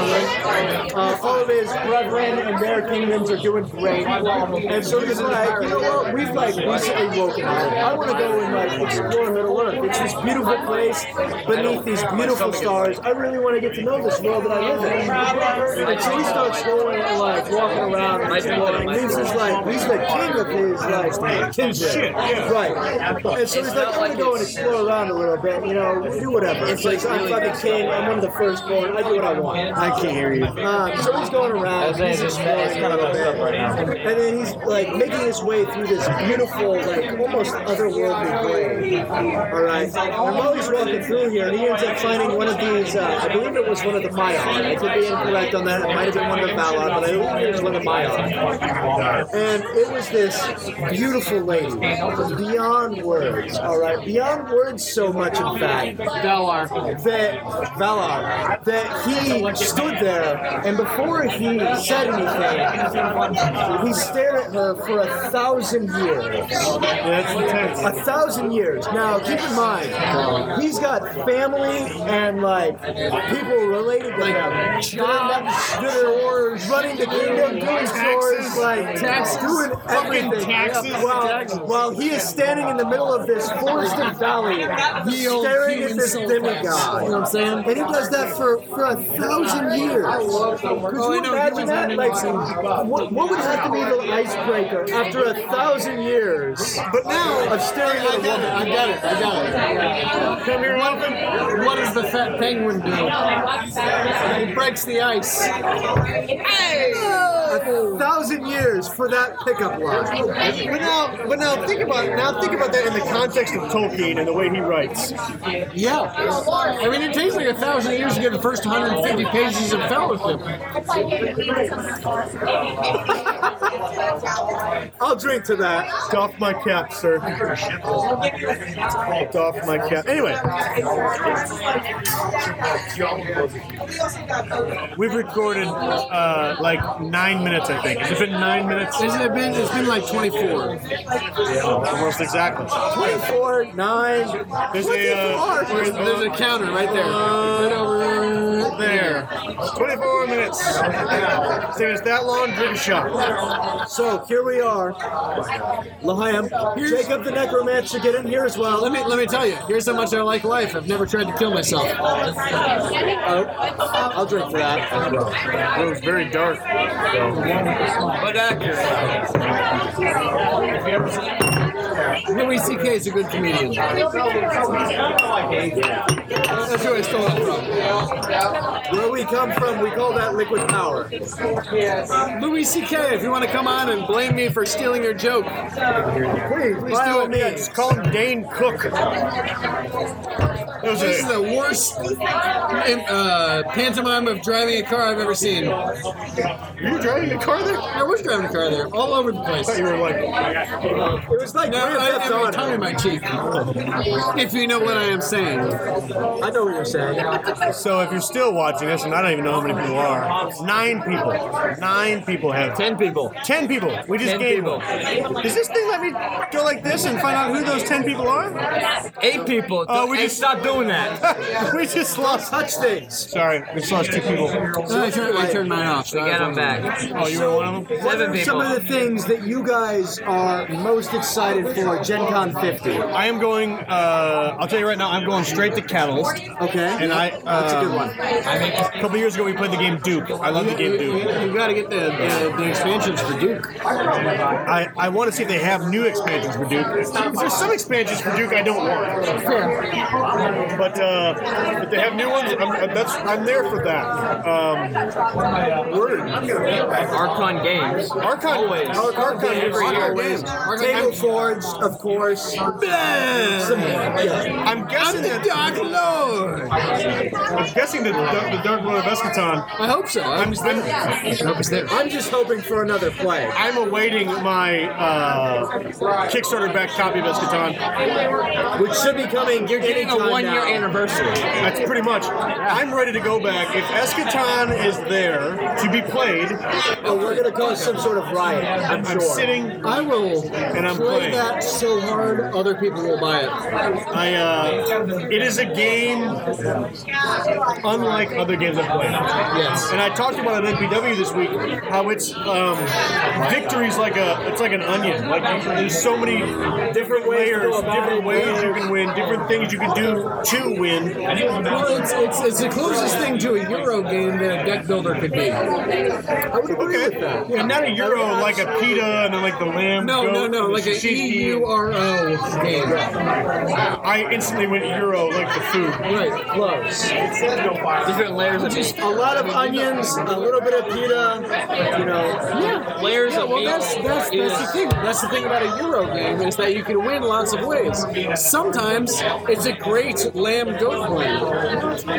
Speaker 7: Uh, all of his brethren and their kingdoms are doing great, and so he's like, you know what? We've like recently woken up. I want to go and like explore Middle Earth. It's this beautiful place beneath these beautiful stars. I really want to get to know this world that I live in. And so he starts going and like walking around and exploring. He's just like he's the king of his like kindred.
Speaker 5: Shit, yeah.
Speaker 7: Right. And so he's like, I'm gonna go and explore around a little bit, you know, do whatever. It's like I'm fucking king, I'm one of the firstborn, I do what I want. I can't hear you. Um, so he's going around, he's exploring a little bit, and then he's like making his way through this beautiful, like almost otherworldly glade. All right. And while he's walking through here, he ends up finding one of these. Uh, I believe it was one of the Maya. I could be incorrect on that. It might have been one of the Valar, but I believe it was one of the Maya. And it was this beautiful lady, beyond words. All right, beyond words, so much in fact. Valar. That Valar. That he stood there, and before he said anything, We stared at her for a thousand years. A thousand years. Now, keep in mind, he's got family and like people related to him. Jobs, stores, running the kingdom, doing stores, like tax, doing everything. Yeah, While, while he is standing in the middle of this forested valley,
Speaker 8: Yield,
Speaker 7: staring
Speaker 8: human
Speaker 7: at this
Speaker 8: soul tax.
Speaker 7: demigod.
Speaker 8: You know what I'm saying?
Speaker 7: And he does that for, for a thousand years. Could
Speaker 8: Oh, I
Speaker 7: you
Speaker 8: know,
Speaker 7: imagine
Speaker 8: humans
Speaker 7: that?
Speaker 8: having
Speaker 7: Like,
Speaker 8: lives.
Speaker 7: what, what would have to be the icebreaker after a thousand years? But now of staring at a woman.
Speaker 8: I got it. I got it.
Speaker 7: Come here,
Speaker 8: what, what does the fat penguin do? He breaks the ice.
Speaker 7: A thousand years for that pickup line.
Speaker 6: But now, but now think about now think about that in the context of Tolkien and the way he writes.
Speaker 8: Yeah. I mean, it takes like a thousand years to get the first 150 pages of fellowship.
Speaker 6: I'll drink to that. Doff my cap, sir. Doff my cap. Anyway, we've recorded uh, like nine minutes, I think. Has it been nine minutes?
Speaker 8: Isn't it been? It's been like 24.
Speaker 6: Yeah, almost exactly.
Speaker 7: 24, 9.
Speaker 6: There's a, uh,
Speaker 8: There's, there's a counter right there. Right over
Speaker 6: there. 24 minutes. It's taking us that long, drink a shot.
Speaker 7: So here we are. Lahayim, Jacob the Necromancer, get in here as well.
Speaker 8: Let me let me tell you. Here's how much I like life. I've never tried to kill myself.
Speaker 7: I'll drink to that.
Speaker 6: It was very dark.
Speaker 8: But accurate. Louis C.K. is a good comedian. That's where I stole it from.
Speaker 7: Where we come from, we call that liquid power.
Speaker 8: Louis C.K., if you want to come on and blame me for stealing your joke,
Speaker 6: Please,
Speaker 8: please
Speaker 6: by
Speaker 8: do
Speaker 6: all
Speaker 8: it.
Speaker 6: means, call him Dane Cook. That was
Speaker 8: This is
Speaker 6: a,
Speaker 8: the worst uh, pantomime of driving a car I've ever seen.
Speaker 6: you were driving a car there?
Speaker 8: I was driving a car there, all over the place.
Speaker 6: You were like,
Speaker 7: It was like
Speaker 8: No,
Speaker 7: Grand
Speaker 8: I
Speaker 7: Theft
Speaker 8: have my
Speaker 7: Auto.
Speaker 8: tongue in my cheek. If you know what I am saying.
Speaker 7: I know what you're saying.
Speaker 6: so if you're still watching this, and I don't even know how many people are, nine people, nine people have,
Speaker 15: Ten people.
Speaker 6: ten people. We just
Speaker 15: Ten
Speaker 6: gained
Speaker 15: people.
Speaker 6: one. Does this thing let me go like this and find out who those ten people are?
Speaker 15: Eight people.
Speaker 6: Oh,
Speaker 15: Oh,
Speaker 6: we
Speaker 15: we
Speaker 6: just-
Speaker 15: just stopped doing that.
Speaker 6: we just lost.
Speaker 7: Touch things.
Speaker 6: Sorry, we just lost two people.
Speaker 8: I turned, I turned mine off. So
Speaker 15: Get
Speaker 8: I
Speaker 15: them
Speaker 8: was-
Speaker 15: back.
Speaker 6: Oh, you were one of them.
Speaker 7: What
Speaker 15: Seven
Speaker 7: are some
Speaker 15: people.
Speaker 7: of the things that you guys are most excited for at Gen Con 50?
Speaker 6: I am going. Uh, I'll tell you right now. I'm going straight to Catalyst.
Speaker 7: Okay.
Speaker 6: And I. Uh,
Speaker 7: That's a good one.
Speaker 6: A couple years ago, we played the game Duke. I love the game Duke.
Speaker 8: You got to get the, the, the expansions for Duke.
Speaker 6: I, I want to see if they have new expansions for Duke. There's some expansions for Duke I don't want, but uh, if they have new ones, I'm, I'm- that's I'm there for that. Um,
Speaker 15: Archon Games.
Speaker 6: Archon,
Speaker 15: Always.
Speaker 6: Ar- Archon,
Speaker 15: Every
Speaker 6: Archon
Speaker 15: year.
Speaker 6: games.
Speaker 7: Table Forge, of course. Some- yeah.
Speaker 6: I'm guessing that,
Speaker 8: Dark Lord!
Speaker 6: I'm guessing that the, the Dark Lord of Eschaton.
Speaker 8: I hope so. I'm,
Speaker 6: I'm, I'm,
Speaker 8: I hope it's there.
Speaker 7: I'm just hoping for another play.
Speaker 6: I'm awaiting my uh, Kickstarter back copy of Eschaton.
Speaker 7: Which should be coming
Speaker 15: You're getting a
Speaker 7: anytime
Speaker 15: one year
Speaker 7: now.
Speaker 15: anniversary.
Speaker 6: That's pretty much. I'm ready to go back. If Eschaton is there to be played,
Speaker 7: Oh, we're going to cause some sort of riot, I'm
Speaker 6: I'm
Speaker 7: sure.
Speaker 6: sitting
Speaker 8: I will
Speaker 6: and I'm
Speaker 8: play
Speaker 6: playing.
Speaker 8: that so hard, other people will buy it.
Speaker 6: I uh, it is a game unlike other games I've played.
Speaker 8: Yes.
Speaker 6: And I talked about it at NPW this week how it's um, victory's like a it's like an onion. Like you- there's so many different layers, different ways you can win, different things you can do to win.
Speaker 8: Well, it's, it's, it's the closest thing to a Euro game that a deck builder could be.
Speaker 7: I would agree with that.
Speaker 6: And not a euro like a pita and then like the lamb.
Speaker 8: No,
Speaker 6: goat,
Speaker 8: no, no,
Speaker 6: the
Speaker 8: like a
Speaker 6: sheep.
Speaker 8: E U R O game.
Speaker 6: I instantly went euro like the food.
Speaker 8: Right.
Speaker 7: Close.
Speaker 15: Different layers of meat.
Speaker 7: A lot of onions, a little bit of pita, you know.
Speaker 8: Yeah.
Speaker 15: Layers
Speaker 8: Yeah,
Speaker 15: of
Speaker 8: well,
Speaker 15: meat
Speaker 8: that's that's, that's the
Speaker 15: is-
Speaker 8: thing. That's the thing about a Euro game is that you can win lots of ways. Sometimes it's a great lamb goat play.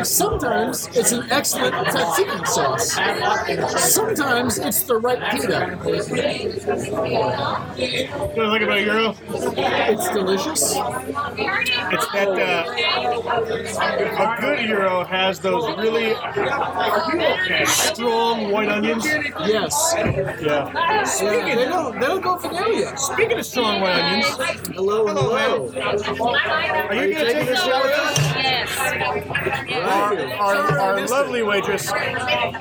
Speaker 8: Sometimes it's an excellent tzatziki sauce. Sometimes it's the right pita.
Speaker 6: The thing about euro Habanero.
Speaker 8: It's delicious.
Speaker 6: It's that uh, a good euro has those really strong white onions.
Speaker 8: Yes.
Speaker 6: Yeah.
Speaker 8: Speaking, they don't they don't go for you.
Speaker 6: Speaking of strong white onions,
Speaker 7: hello, hello.
Speaker 6: Are you gonna take this shot with us? Our, our, our lovely waitress is about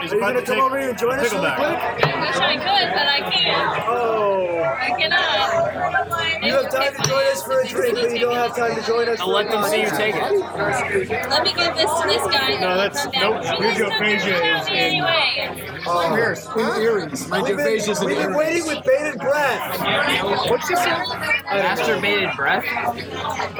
Speaker 6: to take pickleback.
Speaker 12: I wish I could, but I can't. Oh. I cannot.
Speaker 7: You have time to join us for a drink, but you don't have time to join us.
Speaker 15: I'll let them see you take
Speaker 7: it.
Speaker 12: Let me give this to this guy.
Speaker 6: No, that's nope. Eugeophagia is in.
Speaker 12: Anyway.
Speaker 7: Oh.
Speaker 8: Ears, earrings. My
Speaker 7: We've been,
Speaker 8: is in
Speaker 7: we've been
Speaker 8: earrings.
Speaker 7: waiting with bated breath.
Speaker 15: What's this? Masturbated breath.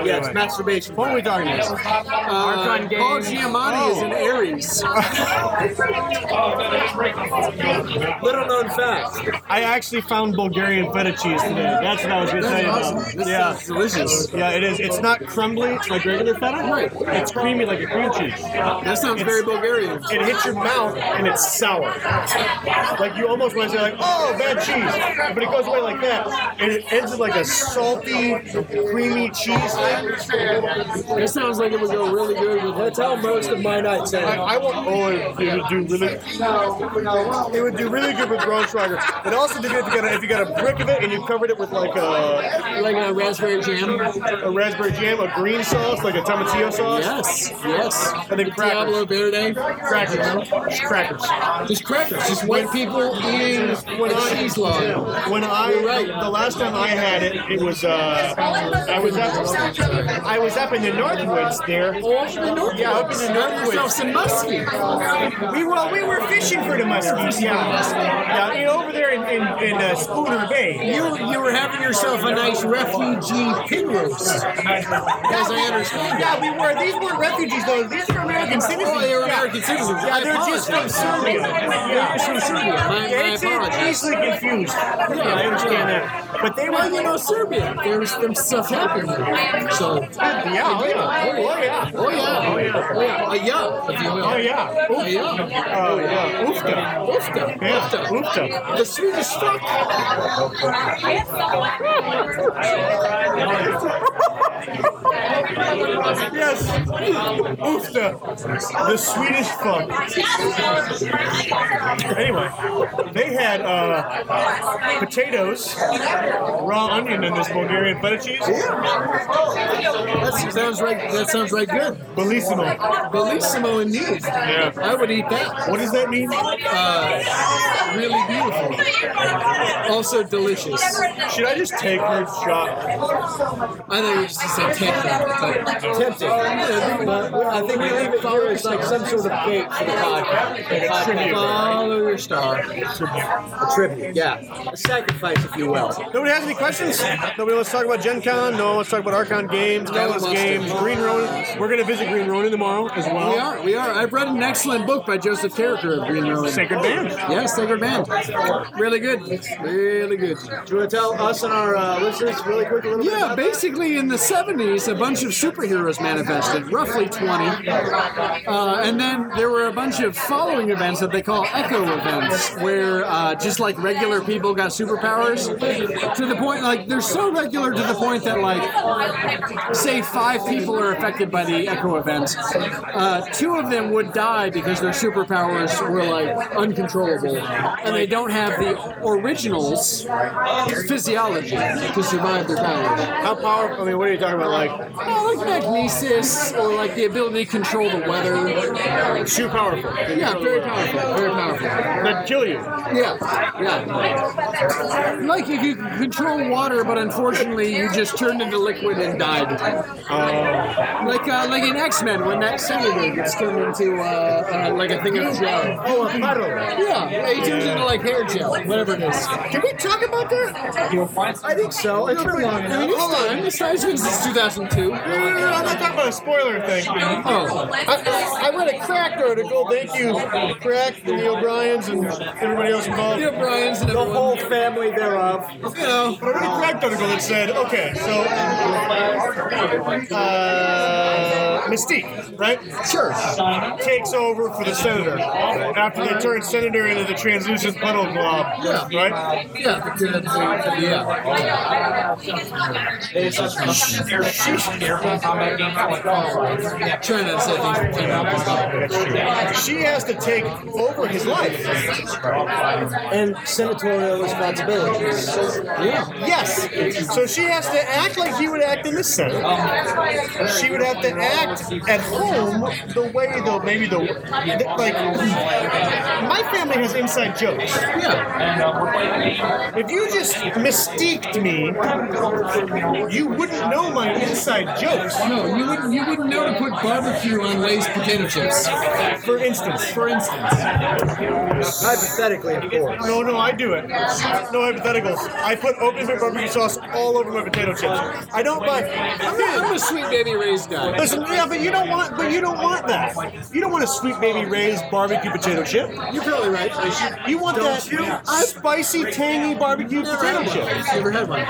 Speaker 7: Yeah, it's masturbation.
Speaker 8: What are we talking about?
Speaker 15: Archon game.
Speaker 8: Uh, Paul Giamatti is in Aries.
Speaker 7: Little known fact.
Speaker 6: I actually found Bulgarian feta cheese today. That's what I was going to
Speaker 8: That's
Speaker 6: tell you about.
Speaker 8: awesome. This
Speaker 6: yeah,
Speaker 8: sounds delicious.
Speaker 6: Yeah, it is. It's not crumbly like regular feta. Right. It's creamy like a cream cheese.
Speaker 8: That sounds very Bulgarian.
Speaker 6: It hits your mouth and it's sour. Like you almost want to say like, oh, bad cheese, but it goes away like that, and it ends in like a salty, creamy cheese thing.
Speaker 8: This sounds like it would go really good with.
Speaker 7: That's how most of my nights end.
Speaker 6: I, I want Owen to do really. It would do really good with Braunschweiger. It also did good if you got a, if you got a brick of it and you covered it with like a
Speaker 8: Like a raspberry jam.
Speaker 6: a raspberry jam, a green sauce, like a tomatillo sauce.
Speaker 8: Yes, yes.
Speaker 6: And then
Speaker 8: Diablo
Speaker 6: crackers.
Speaker 8: Verde.
Speaker 6: Crackers. Just crackers.
Speaker 8: Just crackers. Just white people eating a cheese log.
Speaker 6: When I
Speaker 8: You're right.
Speaker 6: the last time I had it, it was uh, I was up I was up in the Northwoods there.
Speaker 8: Oh, up in the Northwoods.
Speaker 6: Yeah, up in the Northwoods.
Speaker 8: Yourself some muskie.
Speaker 6: We well, we were fishing for the muskies. Yeah, yeah, you know, over there in in, in uh, Spooner Bay.
Speaker 8: You, you were having yourself a nice refugee pig roast, as I understand.
Speaker 6: Yeah, we were. These weren't refugees though. These were American citizens.
Speaker 8: Oh, they were American citizens.
Speaker 6: Yeah,
Speaker 8: I
Speaker 6: they're just from
Speaker 8: apologize.
Speaker 6: Serbia.
Speaker 8: They're just from Serbia. My, my
Speaker 6: Yeah, it's it's
Speaker 8: apologies.
Speaker 6: easily confused. Yeah, I understand that. But they
Speaker 8: Well,
Speaker 6: were
Speaker 8: you know, Serbia. There's some stuff happening there. So,
Speaker 6: Yeah, oh yeah. Oh yeah.
Speaker 8: oh yeah, oh yeah, oh yeah, Uh, yeah, if you will.
Speaker 6: Oh yeah.
Speaker 8: Oh, yeah.
Speaker 6: Oh yeah. Oofta.
Speaker 8: Oofta,
Speaker 6: Yeah.
Speaker 8: oofta.
Speaker 6: Oofta.
Speaker 8: The Swedish fuck.
Speaker 6: Yes. Oofta. The Swedish funk. Anyway, they had uh, potatoes, raw onion, and this Bulgarian feta cheese.
Speaker 8: That sounds right. That sounds right. Good.
Speaker 6: Bellissimo.
Speaker 8: Bellissimo indeed.
Speaker 6: Yeah.
Speaker 8: I would eat that.
Speaker 6: What does that mean?
Speaker 8: Uh, really beautiful. Also delicious.
Speaker 6: Should I just take her shot?
Speaker 8: I know you just said take that, but uh,
Speaker 7: Tempting. Uh, But I think we leave it here as like some sort of bait for the podcast.
Speaker 8: follow your star.
Speaker 7: A tribute, yeah. A sacrifice, if you will.
Speaker 6: Nobody has any questions? Nobody wants to talk about Gen Con? No one wants to talk about Archon Games,
Speaker 8: No one
Speaker 6: Dallas
Speaker 8: wants to.
Speaker 6: Games, Green Ronin. We're going to visit Green Ronin tomorrow as well.
Speaker 8: We are. We are. I've read an excellent book by Joseph Carricker of Green Road.
Speaker 6: Sacred Band.
Speaker 8: Yes, Sacred Band. Really good. Really good.
Speaker 7: Do you want to tell us and our uh, listeners really quick a little bit?
Speaker 8: Yeah,
Speaker 7: about
Speaker 8: basically in the 70s, a bunch of superheroes manifested, roughly 20. Uh, and then there were a bunch of following events that they call echo events, where uh, just like regular people got superpowers to the point, like, they're so regular to the point that, like, say five people are affected by the echo events. Uh, two of them would die because their superpowers were, like, uncontrollable. And they don't have the original's physiology to survive their powers.
Speaker 6: How powerful? I mean, what are you talking about? Like,
Speaker 8: Oh, like magnesis or like the ability to control the weather.
Speaker 6: too powerful.
Speaker 8: Yeah, very powerful. Very powerful.
Speaker 6: That'd kill you.
Speaker 8: Yeah, yeah. Like if you could control water, but unfortunately you just turned into liquid and died.
Speaker 6: Oh,
Speaker 8: like uh, like in X Men when that senator gets turned into uh, uh, like a thing of gel. Oh, a puddle. Yeah, yeah, he turns into like hair gel, whatever it is. Can we talk about that?
Speaker 7: it? I think so. It's been long
Speaker 8: I mean,
Speaker 7: enough.
Speaker 8: it's time. It's time since
Speaker 6: No,
Speaker 8: 2002.
Speaker 6: no, no, I'm not talking about a spoiler thing. I,
Speaker 8: Oh.
Speaker 6: I read a cracked article. Thank you, Crack, the Neil Bryans, and everybody else involved.
Speaker 8: Neil Bryan's and
Speaker 7: The
Speaker 8: everyone.
Speaker 7: whole family thereof.
Speaker 8: you know.
Speaker 6: But I read a cracked article that said, okay, so uh, Mystique, right? Sure. Takes over for the senator after they turn senator into the translucent puddle glob, right?
Speaker 8: Yeah. Trying to say things.
Speaker 6: She has to take over his life.
Speaker 7: And senatorial responsibilities.
Speaker 6: Yeah. Yes. So she has to act like he would act in the Senate. She would have to act at home the way though maybe the like my family has inside jokes. Yeah. If you just mystique me, you wouldn't know my inside jokes.
Speaker 8: No, you wouldn't. You wouldn't know to put barbecue on Lay's potato chips.
Speaker 6: For instance.
Speaker 8: For instance.
Speaker 7: Hypothetically, of course.
Speaker 6: No, no, I do it. No hypotheticals. I put open mint barbecue sauce all over my potato chips. I don't buy. I'm, not,
Speaker 8: I'm a sweet baby Ray's guy.
Speaker 6: Listen, yeah, but you don't want, but you don't want that. You don't want a sweet baby Ray's barbecue potato chip.
Speaker 8: You're probably right.
Speaker 6: You want
Speaker 8: Don't
Speaker 6: that
Speaker 8: you?
Speaker 6: spicy, tangy barbecue potato chip.
Speaker 8: Never had one.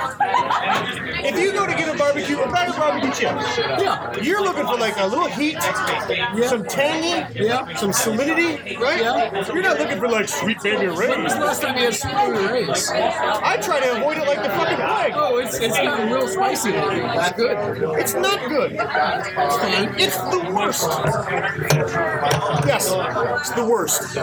Speaker 6: If you go to get a barbecue, a bag of barbecue chips, yeah, you're looking for like a little heat, some tangy, yeah, some salinity, right? Yeah. You're not looking for like sweet baby Ray's.
Speaker 8: When was the last time you had sweet baby Ray's?
Speaker 6: I try to avoid it like the fucking plague.
Speaker 8: Oh, it's it's gotten real spicy. That's good.
Speaker 6: It's not good. It's the worst. Yes, it's the worst.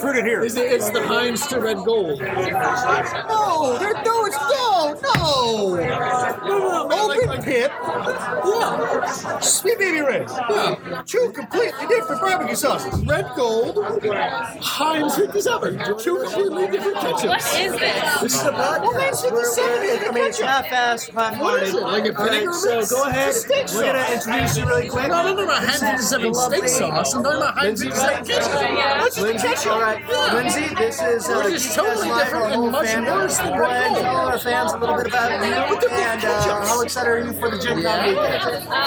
Speaker 6: Fruit it here.
Speaker 8: Is it, it's the Heinz to red gold.
Speaker 6: No, there, no, it's no, no.
Speaker 7: Oh,
Speaker 6: Open pit. Yeah. Sweet baby Ray's. Yeah. Two completely different barbecue sauces.
Speaker 8: Red gold, Heinz hit this oven. Two completely different ketchups.
Speaker 12: What is this?
Speaker 8: This is a podcast.
Speaker 7: We're, we're, I mean, it's half-assed,
Speaker 8: What is
Speaker 7: half-hearted.
Speaker 8: it? Like a
Speaker 7: All right,
Speaker 8: vinegar
Speaker 7: so
Speaker 8: mix?
Speaker 7: go ahead.
Speaker 8: Steak sauce.
Speaker 7: We're gonna introduce you really quick.
Speaker 8: No, I'm talking about Heinz into something steak sauce. I'm talking about Heinz into something ketchup. What's the
Speaker 7: Lindsay, all
Speaker 8: ketchup?
Speaker 7: right, Lindsay, this is uh,
Speaker 8: Which is
Speaker 7: Geek
Speaker 8: totally
Speaker 7: Fest Live,
Speaker 8: different
Speaker 7: our
Speaker 8: and
Speaker 7: whole
Speaker 8: much
Speaker 7: family.
Speaker 8: worse than
Speaker 7: Go ahead and
Speaker 8: Red
Speaker 7: tell
Speaker 8: Bull.
Speaker 7: our fans a little bit about you and uh, how excited are you for the Gen Con weekend?
Speaker 12: Uh, I'm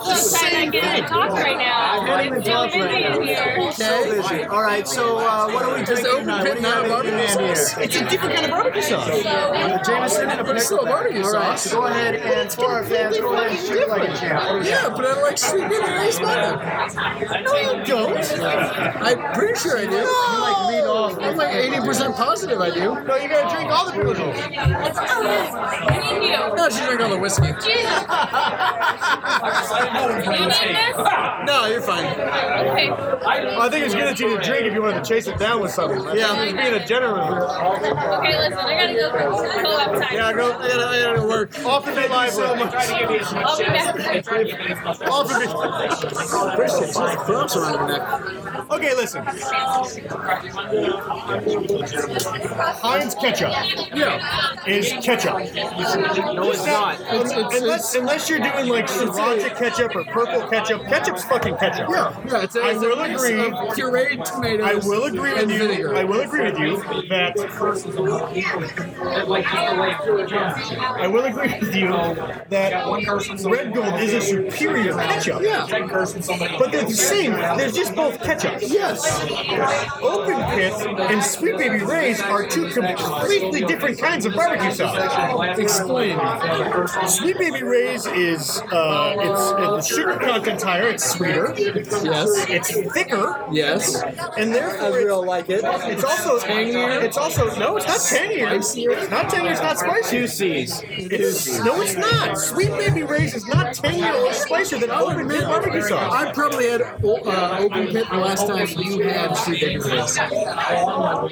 Speaker 12: so excited I get to talk right now.
Speaker 7: can't even
Speaker 12: It's so
Speaker 7: talk right
Speaker 12: busy
Speaker 7: now.
Speaker 12: in here.
Speaker 7: So busy. All right, so uh, what are we
Speaker 8: Is
Speaker 7: drinking
Speaker 8: the open
Speaker 7: tonight? What
Speaker 8: pit
Speaker 7: do you
Speaker 8: not
Speaker 7: have
Speaker 8: a barbecue sauce?
Speaker 7: in your hand here?
Speaker 8: It's a different kind of barbecue sauce.
Speaker 7: Uh, Jameson, a
Speaker 8: But it's still a barbecue
Speaker 7: All right,
Speaker 8: sauce.
Speaker 7: go ahead and for our fans, go ahead and shoot like a champ.
Speaker 8: Yeah, but I like sweet baby Ray's butter. No, you don't. I'm pretty sure I do. You like lead off. I'm like 80% positive I do.
Speaker 6: No, you gotta drink all the originals.
Speaker 12: I need you.
Speaker 8: No, she drank all the whiskey.
Speaker 12: Jesus. You need this?
Speaker 8: No, you're fine.
Speaker 12: Okay.
Speaker 6: I think it's good to you to drink if you wanted to chase it down with something.
Speaker 8: Yeah.
Speaker 6: Just being a generous.
Speaker 12: Okay, listen, I gotta go for the co-op time.
Speaker 6: Yeah, go. I gotta, I gotta work. Off of it, live.
Speaker 12: I'll be back.
Speaker 6: Off of it.
Speaker 8: Christian, she's close around her neck.
Speaker 6: Okay, listen. Heinz ketchup
Speaker 8: Yeah.
Speaker 6: is ketchup.
Speaker 15: No, it's not.
Speaker 8: It's, it's,
Speaker 6: Unless,
Speaker 8: it's,
Speaker 6: unless you're doing like sriracha ketchup or purple ketchup, ketchup's fucking ketchup.
Speaker 8: yeah, yeah, it's a,
Speaker 6: I
Speaker 8: it's a
Speaker 6: will
Speaker 8: mix
Speaker 6: agree.
Speaker 8: of pureed tomatoes
Speaker 6: I will agree
Speaker 8: and
Speaker 6: with you.
Speaker 8: vinegar.
Speaker 6: I will agree with you that I will agree with you that red gold is a superior ketchup.
Speaker 8: Yeah.
Speaker 6: But they're the same. They're just both ketchups.
Speaker 8: Yes.
Speaker 6: Open Pit and Sweet Baby Ray's are two completely different kinds of barbecue sauce.
Speaker 8: Explain.
Speaker 6: Sweet Baby Ray's is uh, it's, it's sugar content's higher. It's sweeter.
Speaker 8: Yes.
Speaker 6: It's thicker,
Speaker 8: Yes.
Speaker 6: and
Speaker 7: I
Speaker 6: therefore it's
Speaker 7: real like it.
Speaker 6: It's also It's also no, it's not tangier. It's not tangier. It's not spicy. Two C's. It's, no, it's not. Sweet baby Ray's is not tangier or spicier than open mint barbecue sauce.
Speaker 8: I probably had uh, open pit the last time you had sweet baby Ray's.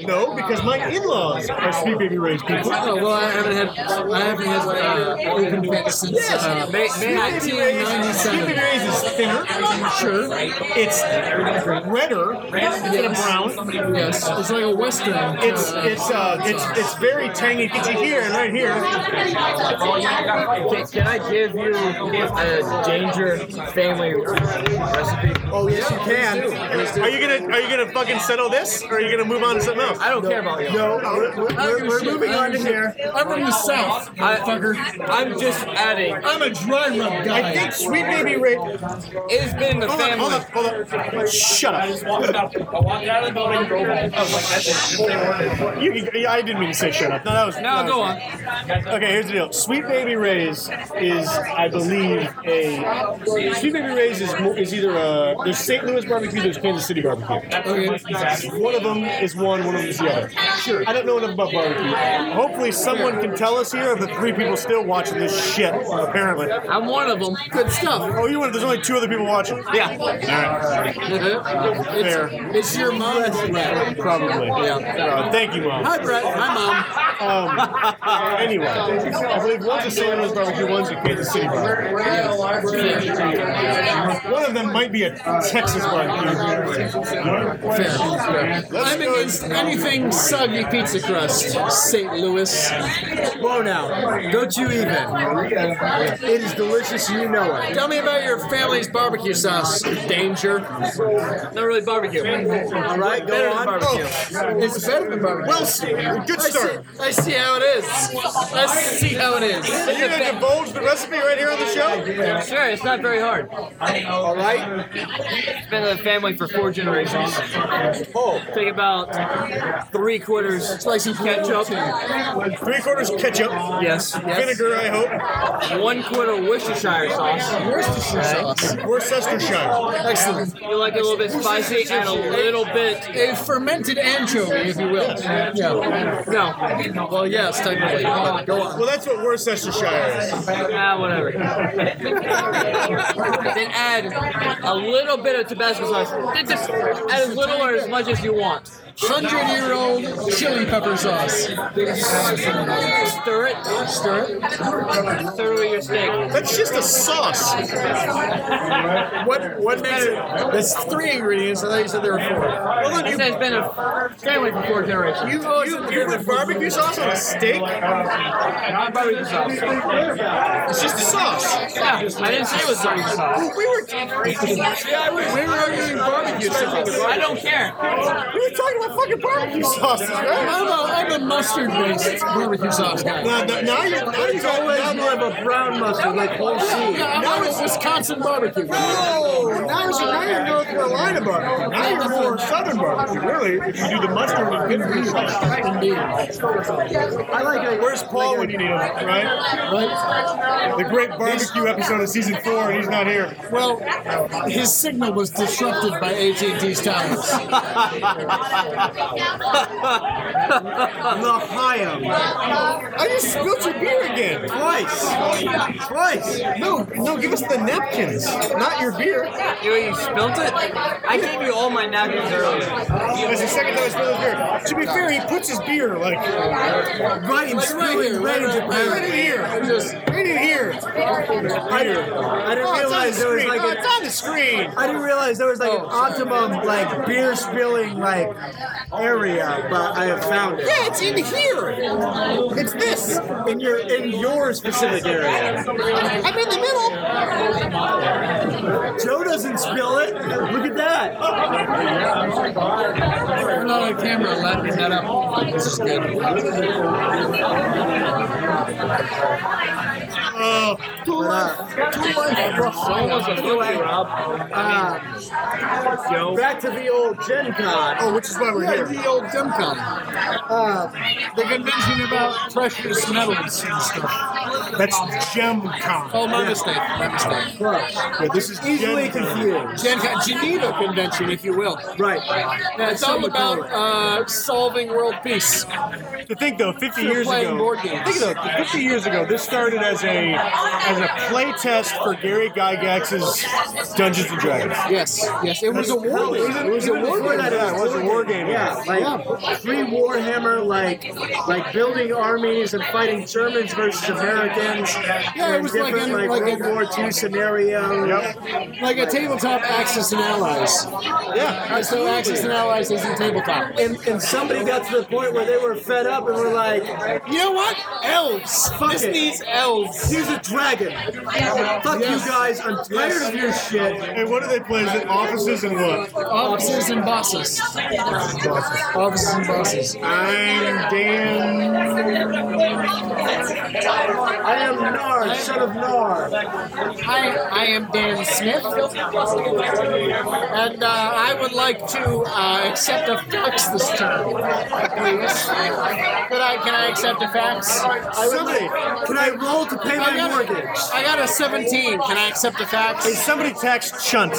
Speaker 6: No, because my in-laws are Sweet Baby Ray's people.
Speaker 8: Oh, well, I haven't had I haven't had uh, open pit since
Speaker 6: Yes,
Speaker 8: uh,
Speaker 6: Sweet Baby Ray's. Sweet Baby
Speaker 8: 1997.
Speaker 6: Ray's is thinner.
Speaker 8: Sure.
Speaker 6: It's redder instead of brown.
Speaker 8: Yes. It's like a western.
Speaker 6: It's
Speaker 8: uh,
Speaker 6: it's uh it's it's very tangy. Get you here and right here.
Speaker 15: Can, can I give you a danger family recipe?
Speaker 7: Oh yes, you can.
Speaker 6: Are you gonna Are you gonna fucking settle this, or are you gonna move on to something else? I don't care about you.
Speaker 7: No, we're, we're, we're, we're moving on to here.
Speaker 6: I'm from the south,
Speaker 16: motherfucker. I'm just adding.
Speaker 6: I'm a dry rub guy. I think Sweet Baby Rick.
Speaker 16: It's been the
Speaker 6: Hold on,
Speaker 16: family.
Speaker 6: hold up, hold up. Shut up. I just walked out. I walked out of the building and drove I was like, that's it. You, can- I didn't mean to say shut up. No, that was.
Speaker 16: No,
Speaker 6: that
Speaker 16: go
Speaker 6: was- Okay, here's the deal. Sweet Baby Ray's is, I believe, a Sweet Baby Ray's is, mo- is either a there's St. Louis barbecue, there's Kansas City barbecue. One of them is one, one of them is the other. Sure. I don't know enough about barbecue. Hopefully, someone can tell us here of the three people still watching this shit. Apparently,
Speaker 16: I'm one of them.
Speaker 6: Good stuff. Oh, you one? There's only two other people watching. Yeah. All right. Fair.
Speaker 8: Uh-huh. It's your mom's Brett,
Speaker 6: probably. Uh, thank you, mom.
Speaker 8: Hi, Brett. Hi,
Speaker 6: mom. Um, anyway, I believe one's a St. Louis barbecue, one's a Kansas City barbecue. One of them might be a Texas barbecue.
Speaker 8: I'm against anything soggy pizza crust, St. Louis. Whoa now, don't you even. It is delicious, you know it. Tell me about your family's barbecue sauce, danger. Not
Speaker 16: really barbecue.
Speaker 8: All right, go
Speaker 16: Better than
Speaker 8: on.
Speaker 16: barbecue.
Speaker 8: Oh, it's better than barbecue.
Speaker 16: Well, see, good start.
Speaker 8: I see, I see how it is. I see how it is.
Speaker 16: Are you gonna
Speaker 6: divulge the recipe right here on the show?
Speaker 16: Sure, it's not very hard. All
Speaker 8: right.
Speaker 16: It's been in the family for four generations. Oh. Take about three quarters
Speaker 8: slicey
Speaker 16: ketchup.
Speaker 6: Three quarters ketchup.
Speaker 16: Yes.
Speaker 6: Vinegar, I hope.
Speaker 16: One quarter Worcestershire sauce.
Speaker 8: Worcestershire sauce.
Speaker 6: Worcestershire.
Speaker 8: Excellent.
Speaker 16: You like it a little bit spicy and a little bit.
Speaker 8: A fermented anchovy, if you will. Yeah.
Speaker 16: No.
Speaker 8: Well, yes, technically. But go on.
Speaker 6: Well, that's what Worcestershire is.
Speaker 16: Ah, whatever. then add a little bit of Tabasco sauce. Then just add as little or as much as you want.
Speaker 8: Hundred year old chili pepper sauce.
Speaker 16: Stir it.
Speaker 8: Stir it.
Speaker 16: Stir it with your steak.
Speaker 6: That's just a sauce.
Speaker 8: What what makes it? That's three ingredients. I thought you said there were four.
Speaker 6: Well,
Speaker 16: this has been a family for four generations.
Speaker 6: You, you, you put barbecue sauce on a steak?
Speaker 16: Not barbecue sauce.
Speaker 6: It's just a sauce.
Speaker 16: Yeah, I didn't say it was barbecue sauce.
Speaker 6: We were,
Speaker 16: Yeah, we
Speaker 8: were arguing barbecue sauce.
Speaker 16: I don't care.
Speaker 6: we were talking about fucking barbecue sauces, right?
Speaker 8: I'm a, I'm a mustard based barbecue sauce guy.
Speaker 6: Now, now, now you're, now you're
Speaker 7: Always
Speaker 6: going
Speaker 7: more of a brown mustard, like whole seed.
Speaker 8: Yeah, I'm a Wisconsin barbecue.
Speaker 6: No,
Speaker 7: now it's now you're North Carolina barbecue.
Speaker 6: Now you're more southern barbecue, really. If you do the mustard and vinegar sauce.
Speaker 7: I like it.
Speaker 6: Where's Paul when you need him, right? The great barbecue episode of season four, and he's not here.
Speaker 8: Well, his signal was disrupted by AT&T's towers.
Speaker 7: L'Ohio.
Speaker 6: I just spilled your beer again.
Speaker 7: Twice. Twice.
Speaker 6: No, no, give us the napkins, not your beer.
Speaker 16: You, you spilt it? I gave you all my napkins earlier.
Speaker 6: That's the second time I spilled his beer. To be fair, he puts his beer like
Speaker 7: Right in spilling, right into
Speaker 6: right in here, right in here.
Speaker 7: I didn't
Speaker 6: Oh, it's on the
Speaker 7: realize there was
Speaker 6: screen.
Speaker 7: like
Speaker 6: Oh,
Speaker 7: an
Speaker 6: it's on the screen. Oh,
Speaker 7: I didn't realize there was like an optimum like beer spilling like area, but I have found it. Yeah, it's in here. It's this in your in your specific area. I'm in the middle. Joe doesn't spill it. Look at that.
Speaker 8: Turn on the camera, let me head up. This is good.
Speaker 6: Oh,
Speaker 7: Uh, back to the old Gen Con.
Speaker 6: oh, which is why we're here.
Speaker 8: The old Demcon.
Speaker 7: Uh,
Speaker 8: The convention about precious metals and stuff.
Speaker 6: That's GemCon.
Speaker 8: Oh, my mistake. My mistake.
Speaker 7: right.
Speaker 6: Yeah, this is
Speaker 7: Easily
Speaker 6: Gen-
Speaker 7: confused.
Speaker 8: Gen- Geneva Convention, if you will.
Speaker 7: Right.
Speaker 8: Yeah, it's all about uh, solving world peace.
Speaker 6: To think though, 50
Speaker 8: You're
Speaker 6: years
Speaker 8: playing
Speaker 6: ago.
Speaker 8: board games.
Speaker 6: Think though, 50 years ago, this started as a as a play test for Gary Gygax's Dungeons and Dragons.
Speaker 8: Yes, yes. It was a war game. It was a war
Speaker 6: Before
Speaker 8: game.
Speaker 6: that, yeah, it was a war game.
Speaker 7: Yeah, like free Warhammer, like like building armies and fighting Germans versus Americans.
Speaker 8: Yeah, it
Speaker 7: in
Speaker 8: was like
Speaker 7: different
Speaker 8: a-
Speaker 7: like,
Speaker 8: like a-
Speaker 7: World War II scenario.
Speaker 8: Like a tabletop Axis and Allies.
Speaker 7: Yeah,
Speaker 8: There's no Axis and Allies isn't tabletop.
Speaker 7: And, and somebody got to the point where they were fed up and were like,
Speaker 8: you know what? Elves.
Speaker 7: Fuck
Speaker 8: This
Speaker 7: it.
Speaker 8: needs elves.
Speaker 7: Here's a dragon. Fuck you guys. I'm tired of your shit.
Speaker 6: Hey, what do they play? Is it offices and what?
Speaker 8: Offices and bosses. Offices and bosses.
Speaker 6: I'm
Speaker 8: Dan.
Speaker 7: I am Nar, son of Nar.
Speaker 8: I, I am Dan Smith, and uh, I would like to uh, accept a fax this time, please. Could I, can I accept a fax?
Speaker 7: I would like- can I roll to pay my
Speaker 8: got a-
Speaker 7: mortgage?
Speaker 8: I got a 17. Can I accept a fax?
Speaker 6: Hey, somebody text Chunt.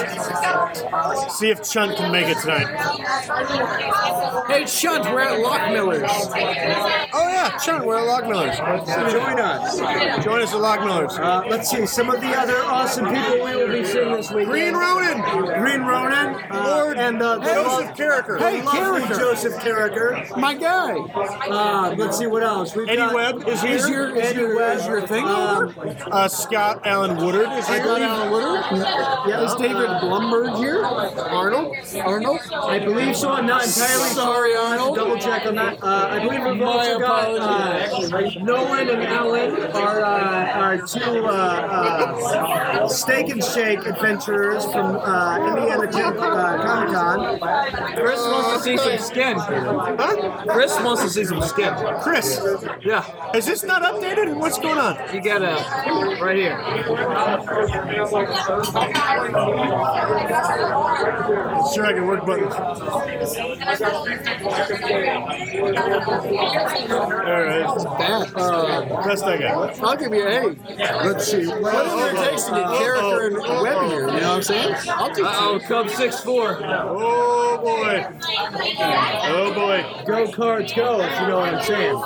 Speaker 6: See if Chunt can make it tonight.
Speaker 8: Hey, Chunt, we're at Lockmiller's.
Speaker 6: Oh yeah, Chunt, we're at Lockmiller's.
Speaker 7: Join us.
Speaker 6: Join us at Lockmiller's.
Speaker 7: Uh, let's see some of the other awesome people we will be seeing this week.
Speaker 6: Green Ronin.
Speaker 7: Green Ronin. uh, and uh,
Speaker 6: Joseph Carricker.
Speaker 7: Hey,
Speaker 6: Hey,
Speaker 7: lovely
Speaker 6: Carricker.
Speaker 7: Joseph Carricker.
Speaker 8: My guy.
Speaker 7: Uh, let's see what else. We've
Speaker 6: Eddie
Speaker 7: got,
Speaker 6: Webb is here.
Speaker 7: your, is your, is your thing over?
Speaker 6: Uh, Scott Allen Woodard is here.
Speaker 8: Scott Allen Woodard?
Speaker 7: Yeah.
Speaker 8: Is David Blumberg here? Arnold? Arnold?
Speaker 7: I believe so. I'm not entirely
Speaker 8: Sorry,
Speaker 7: I'll have to
Speaker 8: Arnold.
Speaker 7: Double check on that. Uh, I believe we've
Speaker 8: My
Speaker 7: also got
Speaker 8: apologies.
Speaker 7: uh, Nolan and Alan are uh, are two uh, uh, steak and shake adventurers from uh, Indiana Gen- uh, Comic Con.
Speaker 17: Chris wants to see some skin. Chris wants to see some skin.
Speaker 6: Chris,
Speaker 17: Yeah,
Speaker 6: is this not updated? What's going on?
Speaker 17: you got a right
Speaker 6: Sure, I can work buttons. All right,
Speaker 8: Uh,
Speaker 6: best I got.
Speaker 8: I'll give you a hey. Let's see. Whatever it takes to get character and web here, you know what I'm saying? I'll do
Speaker 17: Uh oh, Cub six four.
Speaker 6: Oh boy. Oh boy.
Speaker 7: Go cards, go! If you know what I'm saying. Uh,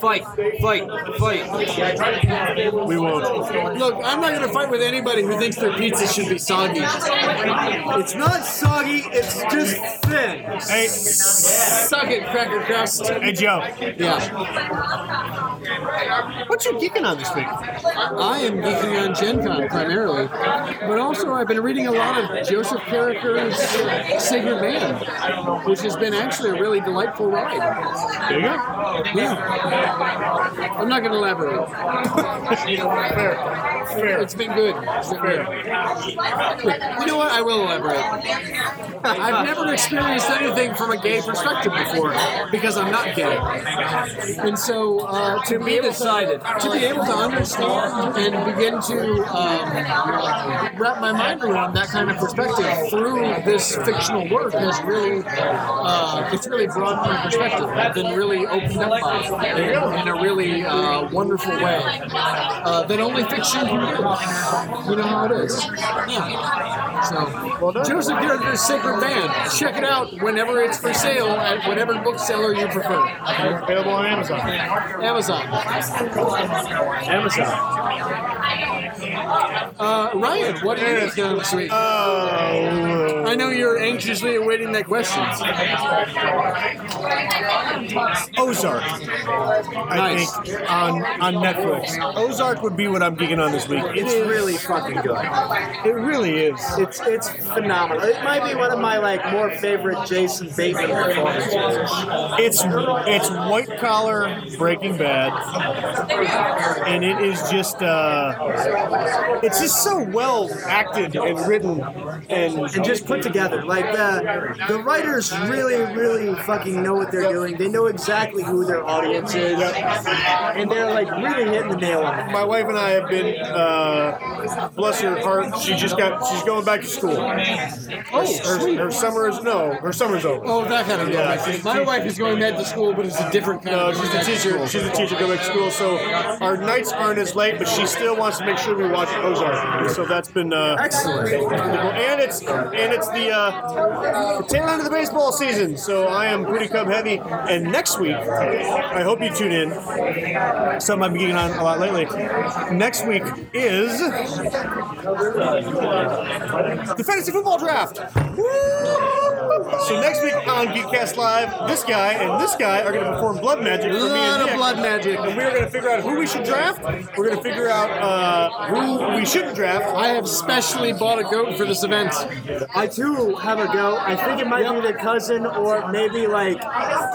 Speaker 17: Fight, fight, fight.
Speaker 6: We won't.
Speaker 8: Look, I'm not going to fight with anybody who thinks their pizza should be soggy.
Speaker 7: it's not soggy. It's just thin.
Speaker 6: Hey,
Speaker 8: Suck it, Cracker Crust.
Speaker 6: hey Joe.
Speaker 8: Yeah.
Speaker 6: What you geeking on this week?
Speaker 8: I am geeking on Gen Con primarily, but also I've been reading a lot of Joseph Carricker's Sacred Man, which has been actually a really delightful ride.
Speaker 6: There you go.
Speaker 8: Yeah. I'm not going to elaborate.
Speaker 6: Fair. Fair.
Speaker 8: It's been good. It's been good. You know what? I will elaborate. I've never experienced anything from a gay perspective before because I'm not gay. And so uh, to be decided, to be able to understand and begin to um, wrap my mind around that kind of perspective through this fictional work has really, uh, it's really broadened my perspective. I've been really opened up by it in, in a really uh, wonderful way uh, that only fiction can do. You know how it is. Yeah. So, Joseph Gardner's Sacred Band. Check it out whenever it's for sale at whatever bookseller you prefer.
Speaker 6: Available on Amazon.
Speaker 8: Amazon.
Speaker 6: Amazon.
Speaker 8: Uh, Ryan, what are you doing this week?
Speaker 6: Oh.
Speaker 8: I know you're anxiously awaiting that question.
Speaker 6: Ozark. I
Speaker 8: Nice.
Speaker 6: think on on Netflix. Ozark would be what I'm geeking on this week. It's really fucking good. It really is.
Speaker 7: It's it's phenomenal. It might be one of my like more favorite Jason Bateman performances.
Speaker 6: It's it's white collar Breaking Bad, and it is just uh, it's just so well acted and written and
Speaker 7: and just put together. Like the the writers really, really fucking know what they're doing. They know exactly who their audience is, and they're like really hitting the nail on it.
Speaker 6: my wife and I have been, uh, bless her heart, she just got, she's going back to school. Oh, her, her summer is, no, her summer's over.
Speaker 8: Oh, that kind of
Speaker 6: Yeah.
Speaker 8: My wife is going back to school, but it's a different kind
Speaker 6: No,
Speaker 8: of
Speaker 6: she's a
Speaker 8: back to
Speaker 6: teacher.
Speaker 8: school.
Speaker 6: She's a teacher going back to school, so our nights aren't as late. But she still wants to make sure we watch Ozark. So that's been uh,
Speaker 7: Excellent.
Speaker 6: and it's and it's the uh, the tail end of the baseball season, so I am pretty Cub heavy. And next week, I hope you tune in. Something I've been getting on a lot lately. Next week is the fantasy football draft. Woo! So next week on Geekcast Live, this guy and this guy are going to perform blood magic. for me and
Speaker 8: Lot of
Speaker 6: Nick.
Speaker 8: blood magic.
Speaker 6: and we're going to figure out who we should draft. We're going to figure out uh, who we shouldn't draft.
Speaker 8: I have specially bought a goat for this event.
Speaker 7: I too have a goat. I think it might be the cousin or maybe like.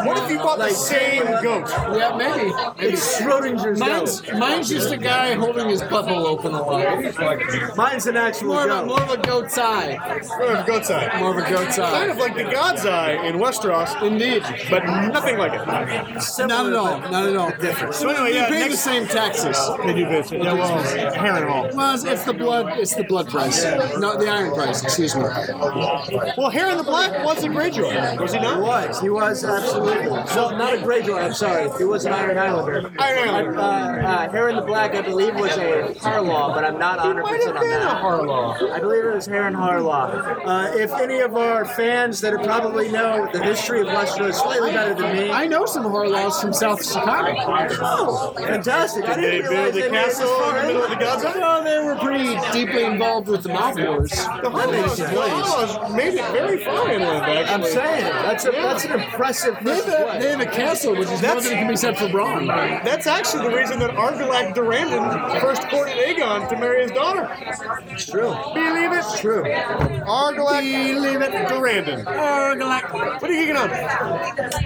Speaker 6: What if you bought the same goat?
Speaker 8: Yeah, maybe.
Speaker 7: It's Schrodinger's
Speaker 8: Mine's,
Speaker 7: goat.
Speaker 8: mine's just a guy holding his butthole open a lot.
Speaker 7: Mine's an actual
Speaker 8: more Of
Speaker 7: goat.
Speaker 8: a, more of a goat's eye.
Speaker 6: More of a uh, goat's eye.
Speaker 8: More of a goat's eye.
Speaker 6: Kind of like the God's Eye in Westeros.
Speaker 8: Indeed.
Speaker 6: But nothing like it.
Speaker 8: Not at all. Not at all. Different.
Speaker 6: So anyway,
Speaker 8: you
Speaker 6: yeah,
Speaker 8: pay the
Speaker 6: next-
Speaker 8: same taxes.
Speaker 6: They do this. Yeah, well, Heron Hall.
Speaker 8: Well, it's, it's the blood. It's the blood price. No, the iron price. Excuse me.
Speaker 6: Well, Heron the Black was a Greyjoy, was he not?
Speaker 7: He was. He was absolutely. So not a Greyjoy. I'm sorry. He was an Iron Islander.
Speaker 6: Iron
Speaker 7: Islander. Uh, uh, Heron the Black, I believe, was a Harlaw, but I'm not 100 percent on that. a Harlaw. I believe it was Heron Harlaw. Uh, if any of our fans that probably know the history of Westeros slightly better than me,
Speaker 8: I know some Harlaws from South Chicago.
Speaker 7: Oh, fantastic! I didn't realize they made it this far in.
Speaker 6: the God's Eye?
Speaker 8: No, they were pretty deeply involved with the Mouth Wars.
Speaker 6: The Harlaws, the Harlaws made it very far inland, actually.
Speaker 7: I'm saying that's a that's an impressive.
Speaker 8: They have, a, they have a castle, which is more
Speaker 6: That's-
Speaker 8: than can be said for Braun. Oh,
Speaker 6: That's actually the reason that Argilac Durandon first courted Aegon to marry his daughter.
Speaker 7: It's true.
Speaker 6: Believe it?
Speaker 7: True.
Speaker 6: Argilac Durandon. Argilac. What are you geeking on?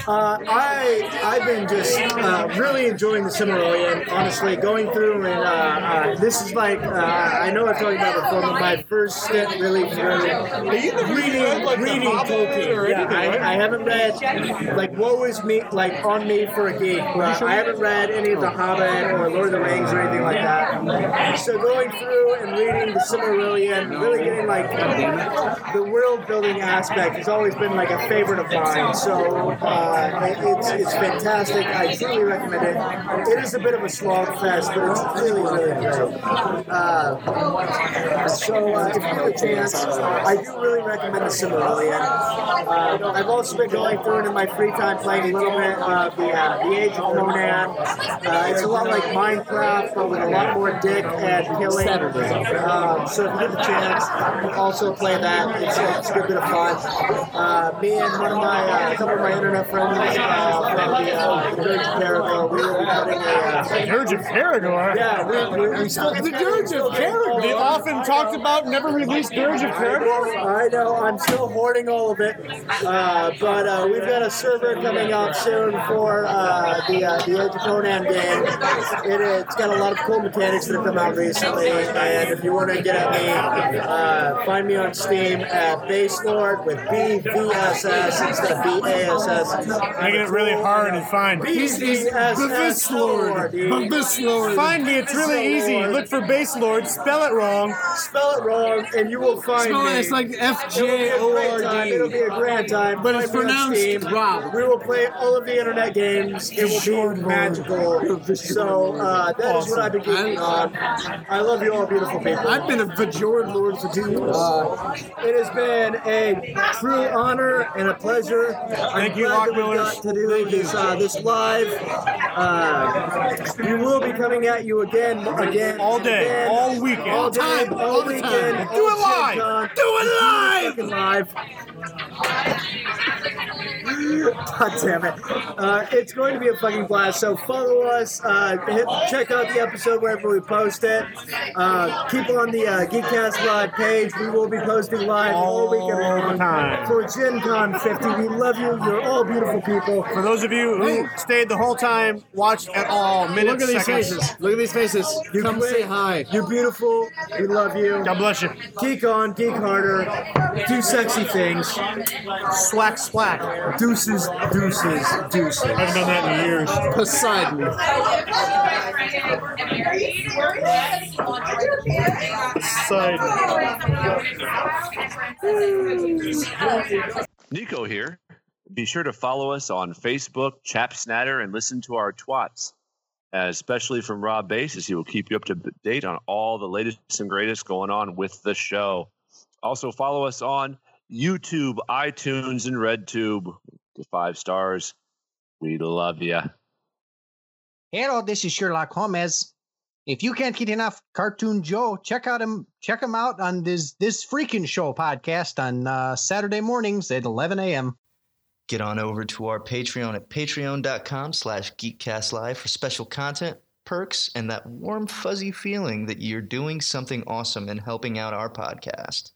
Speaker 7: Uh, I I've been just uh, really enjoying the Silmarillion. Honestly, going through and uh, uh, this is like uh, I know I've talked about it before, but my first stint really
Speaker 6: you
Speaker 7: through
Speaker 6: never
Speaker 7: reading
Speaker 6: read, like, The
Speaker 7: reading
Speaker 6: Hobbit or
Speaker 7: Tolkien. Yeah,
Speaker 6: anything, right?
Speaker 7: I, I haven't read like Woe Is Me, like On Me for a Geek. But I haven't read any of The Hobbit or Lord of the Rings or anything like that. So going through and reading the Silmarillion, really getting like the world building aspect has always been like a favorite of mine. So uh, it- it's it's fantastic. I truly recommend it. It is a bit of a slog fest, but it's really really great. Uh, so uh, if you have a chance, I do really recommend the Silmarillion. Uh, I've also been going through it in my free time, playing a little bit of the, uh, the Age of Conan. Uh, it's a lot like Minecraft, but with a lot more dick and killing. Um, so if you get the chance, also play that. It's, it's a good bit of fun. Uh, me and one of my, uh, a couple of my internet friends uh, from the uh, the Dirge of Caragor, we were putting a. Uh,
Speaker 6: Dirge of Caragor?
Speaker 7: Yeah, we, we, we still
Speaker 6: The Dirge of Caragor. The often talked about, never released Dirge of Caragor.
Speaker 7: I know, I'm still hoarding all of it. Uh, but uh, we've got a server coming up soon for uh, the, uh, the Age of Conan game. It, it's got a lot of cool mechanics that have come out recently. And if you want to get at me, uh, find me on Steam at Baselord with BVSS instead of BASS.
Speaker 6: Making it really hard to find.
Speaker 7: He's- he's Bavis Lord. Bavis
Speaker 8: Lord.
Speaker 6: Find me, it's really easy. Look for Base Lord, spell it wrong.
Speaker 7: Spell it wrong, and you will find
Speaker 8: Spell it,
Speaker 7: me.
Speaker 8: it's like F
Speaker 7: It'll be
Speaker 8: J
Speaker 7: a great
Speaker 8: O R
Speaker 7: time.
Speaker 8: D.
Speaker 7: It'll be a grand time.
Speaker 8: But it's
Speaker 7: Find me on
Speaker 8: pronounced
Speaker 7: Steam.
Speaker 8: Rob.
Speaker 7: We will play all of the internet games. It will
Speaker 8: Sure,
Speaker 7: be
Speaker 8: Lord.
Speaker 7: magical. So uh, that is what I've been geeking on. I love you all, beautiful people.
Speaker 8: I've been a Bajoran Lord for two years.
Speaker 7: Uh, it has been a true honor and a pleasure.
Speaker 6: Thank
Speaker 7: I'm
Speaker 6: you,
Speaker 7: glad
Speaker 6: Hawk
Speaker 7: that we
Speaker 6: Millers.
Speaker 7: got to do this, uh, this live. Uh, we will be coming at you again, again,
Speaker 6: All day,
Speaker 7: again,
Speaker 6: all weekend.
Speaker 7: all day,
Speaker 8: Time,
Speaker 7: all,
Speaker 8: all the
Speaker 7: weekend.
Speaker 8: time.
Speaker 7: all
Speaker 6: Do it live.
Speaker 7: Gen Con.
Speaker 6: Do it
Speaker 7: Do it live. God damn it. Uh, it's going to be a fucking blast. So follow us. Uh, hit, check out the episode wherever we post it. Uh, keep on the uh, Geekcast Live page. We will be posting live all, weekend
Speaker 6: All the
Speaker 7: long
Speaker 6: time.
Speaker 7: for Gen Con 50. We love you. You're all beautiful people.
Speaker 6: For those of you who stayed the whole time, watched at all minutes,
Speaker 8: Look at these
Speaker 6: seconds.
Speaker 8: faces. Look at these faces.
Speaker 7: You
Speaker 8: Come
Speaker 7: quit.
Speaker 8: say hi.
Speaker 7: You're beautiful. We love you.
Speaker 6: God bless you.
Speaker 7: Geek on, geek harder. Do sexy things.
Speaker 6: Slack, slack.
Speaker 7: Deuces, deuces, deuces.
Speaker 6: I haven't done that in years.
Speaker 8: Poseidon.
Speaker 1: Nico here. Be sure to follow us on Facebook, Chap Snatter, and listen to our twats, especially from Rob Bass, as he will keep you up to date on all the latest and greatest going on with the show. Also, follow us on YouTube, iTunes, and RedTube to five stars. We love you.
Speaker 2: Hello, this is Sherlock Holmes. If you can't get enough Cartoon Joe, check out him. Check him out on this this freaking show podcast on uh, Saturday mornings at 11 a.m.
Speaker 3: Get on over to our Patreon at patreon.com slash geekcastlive for special content, perks, and that warm fuzzy feeling that you're doing something awesome and helping out our podcast.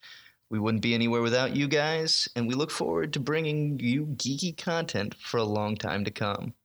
Speaker 3: We wouldn't be anywhere without you guys, and we look forward to bringing you geeky content for a long time to come.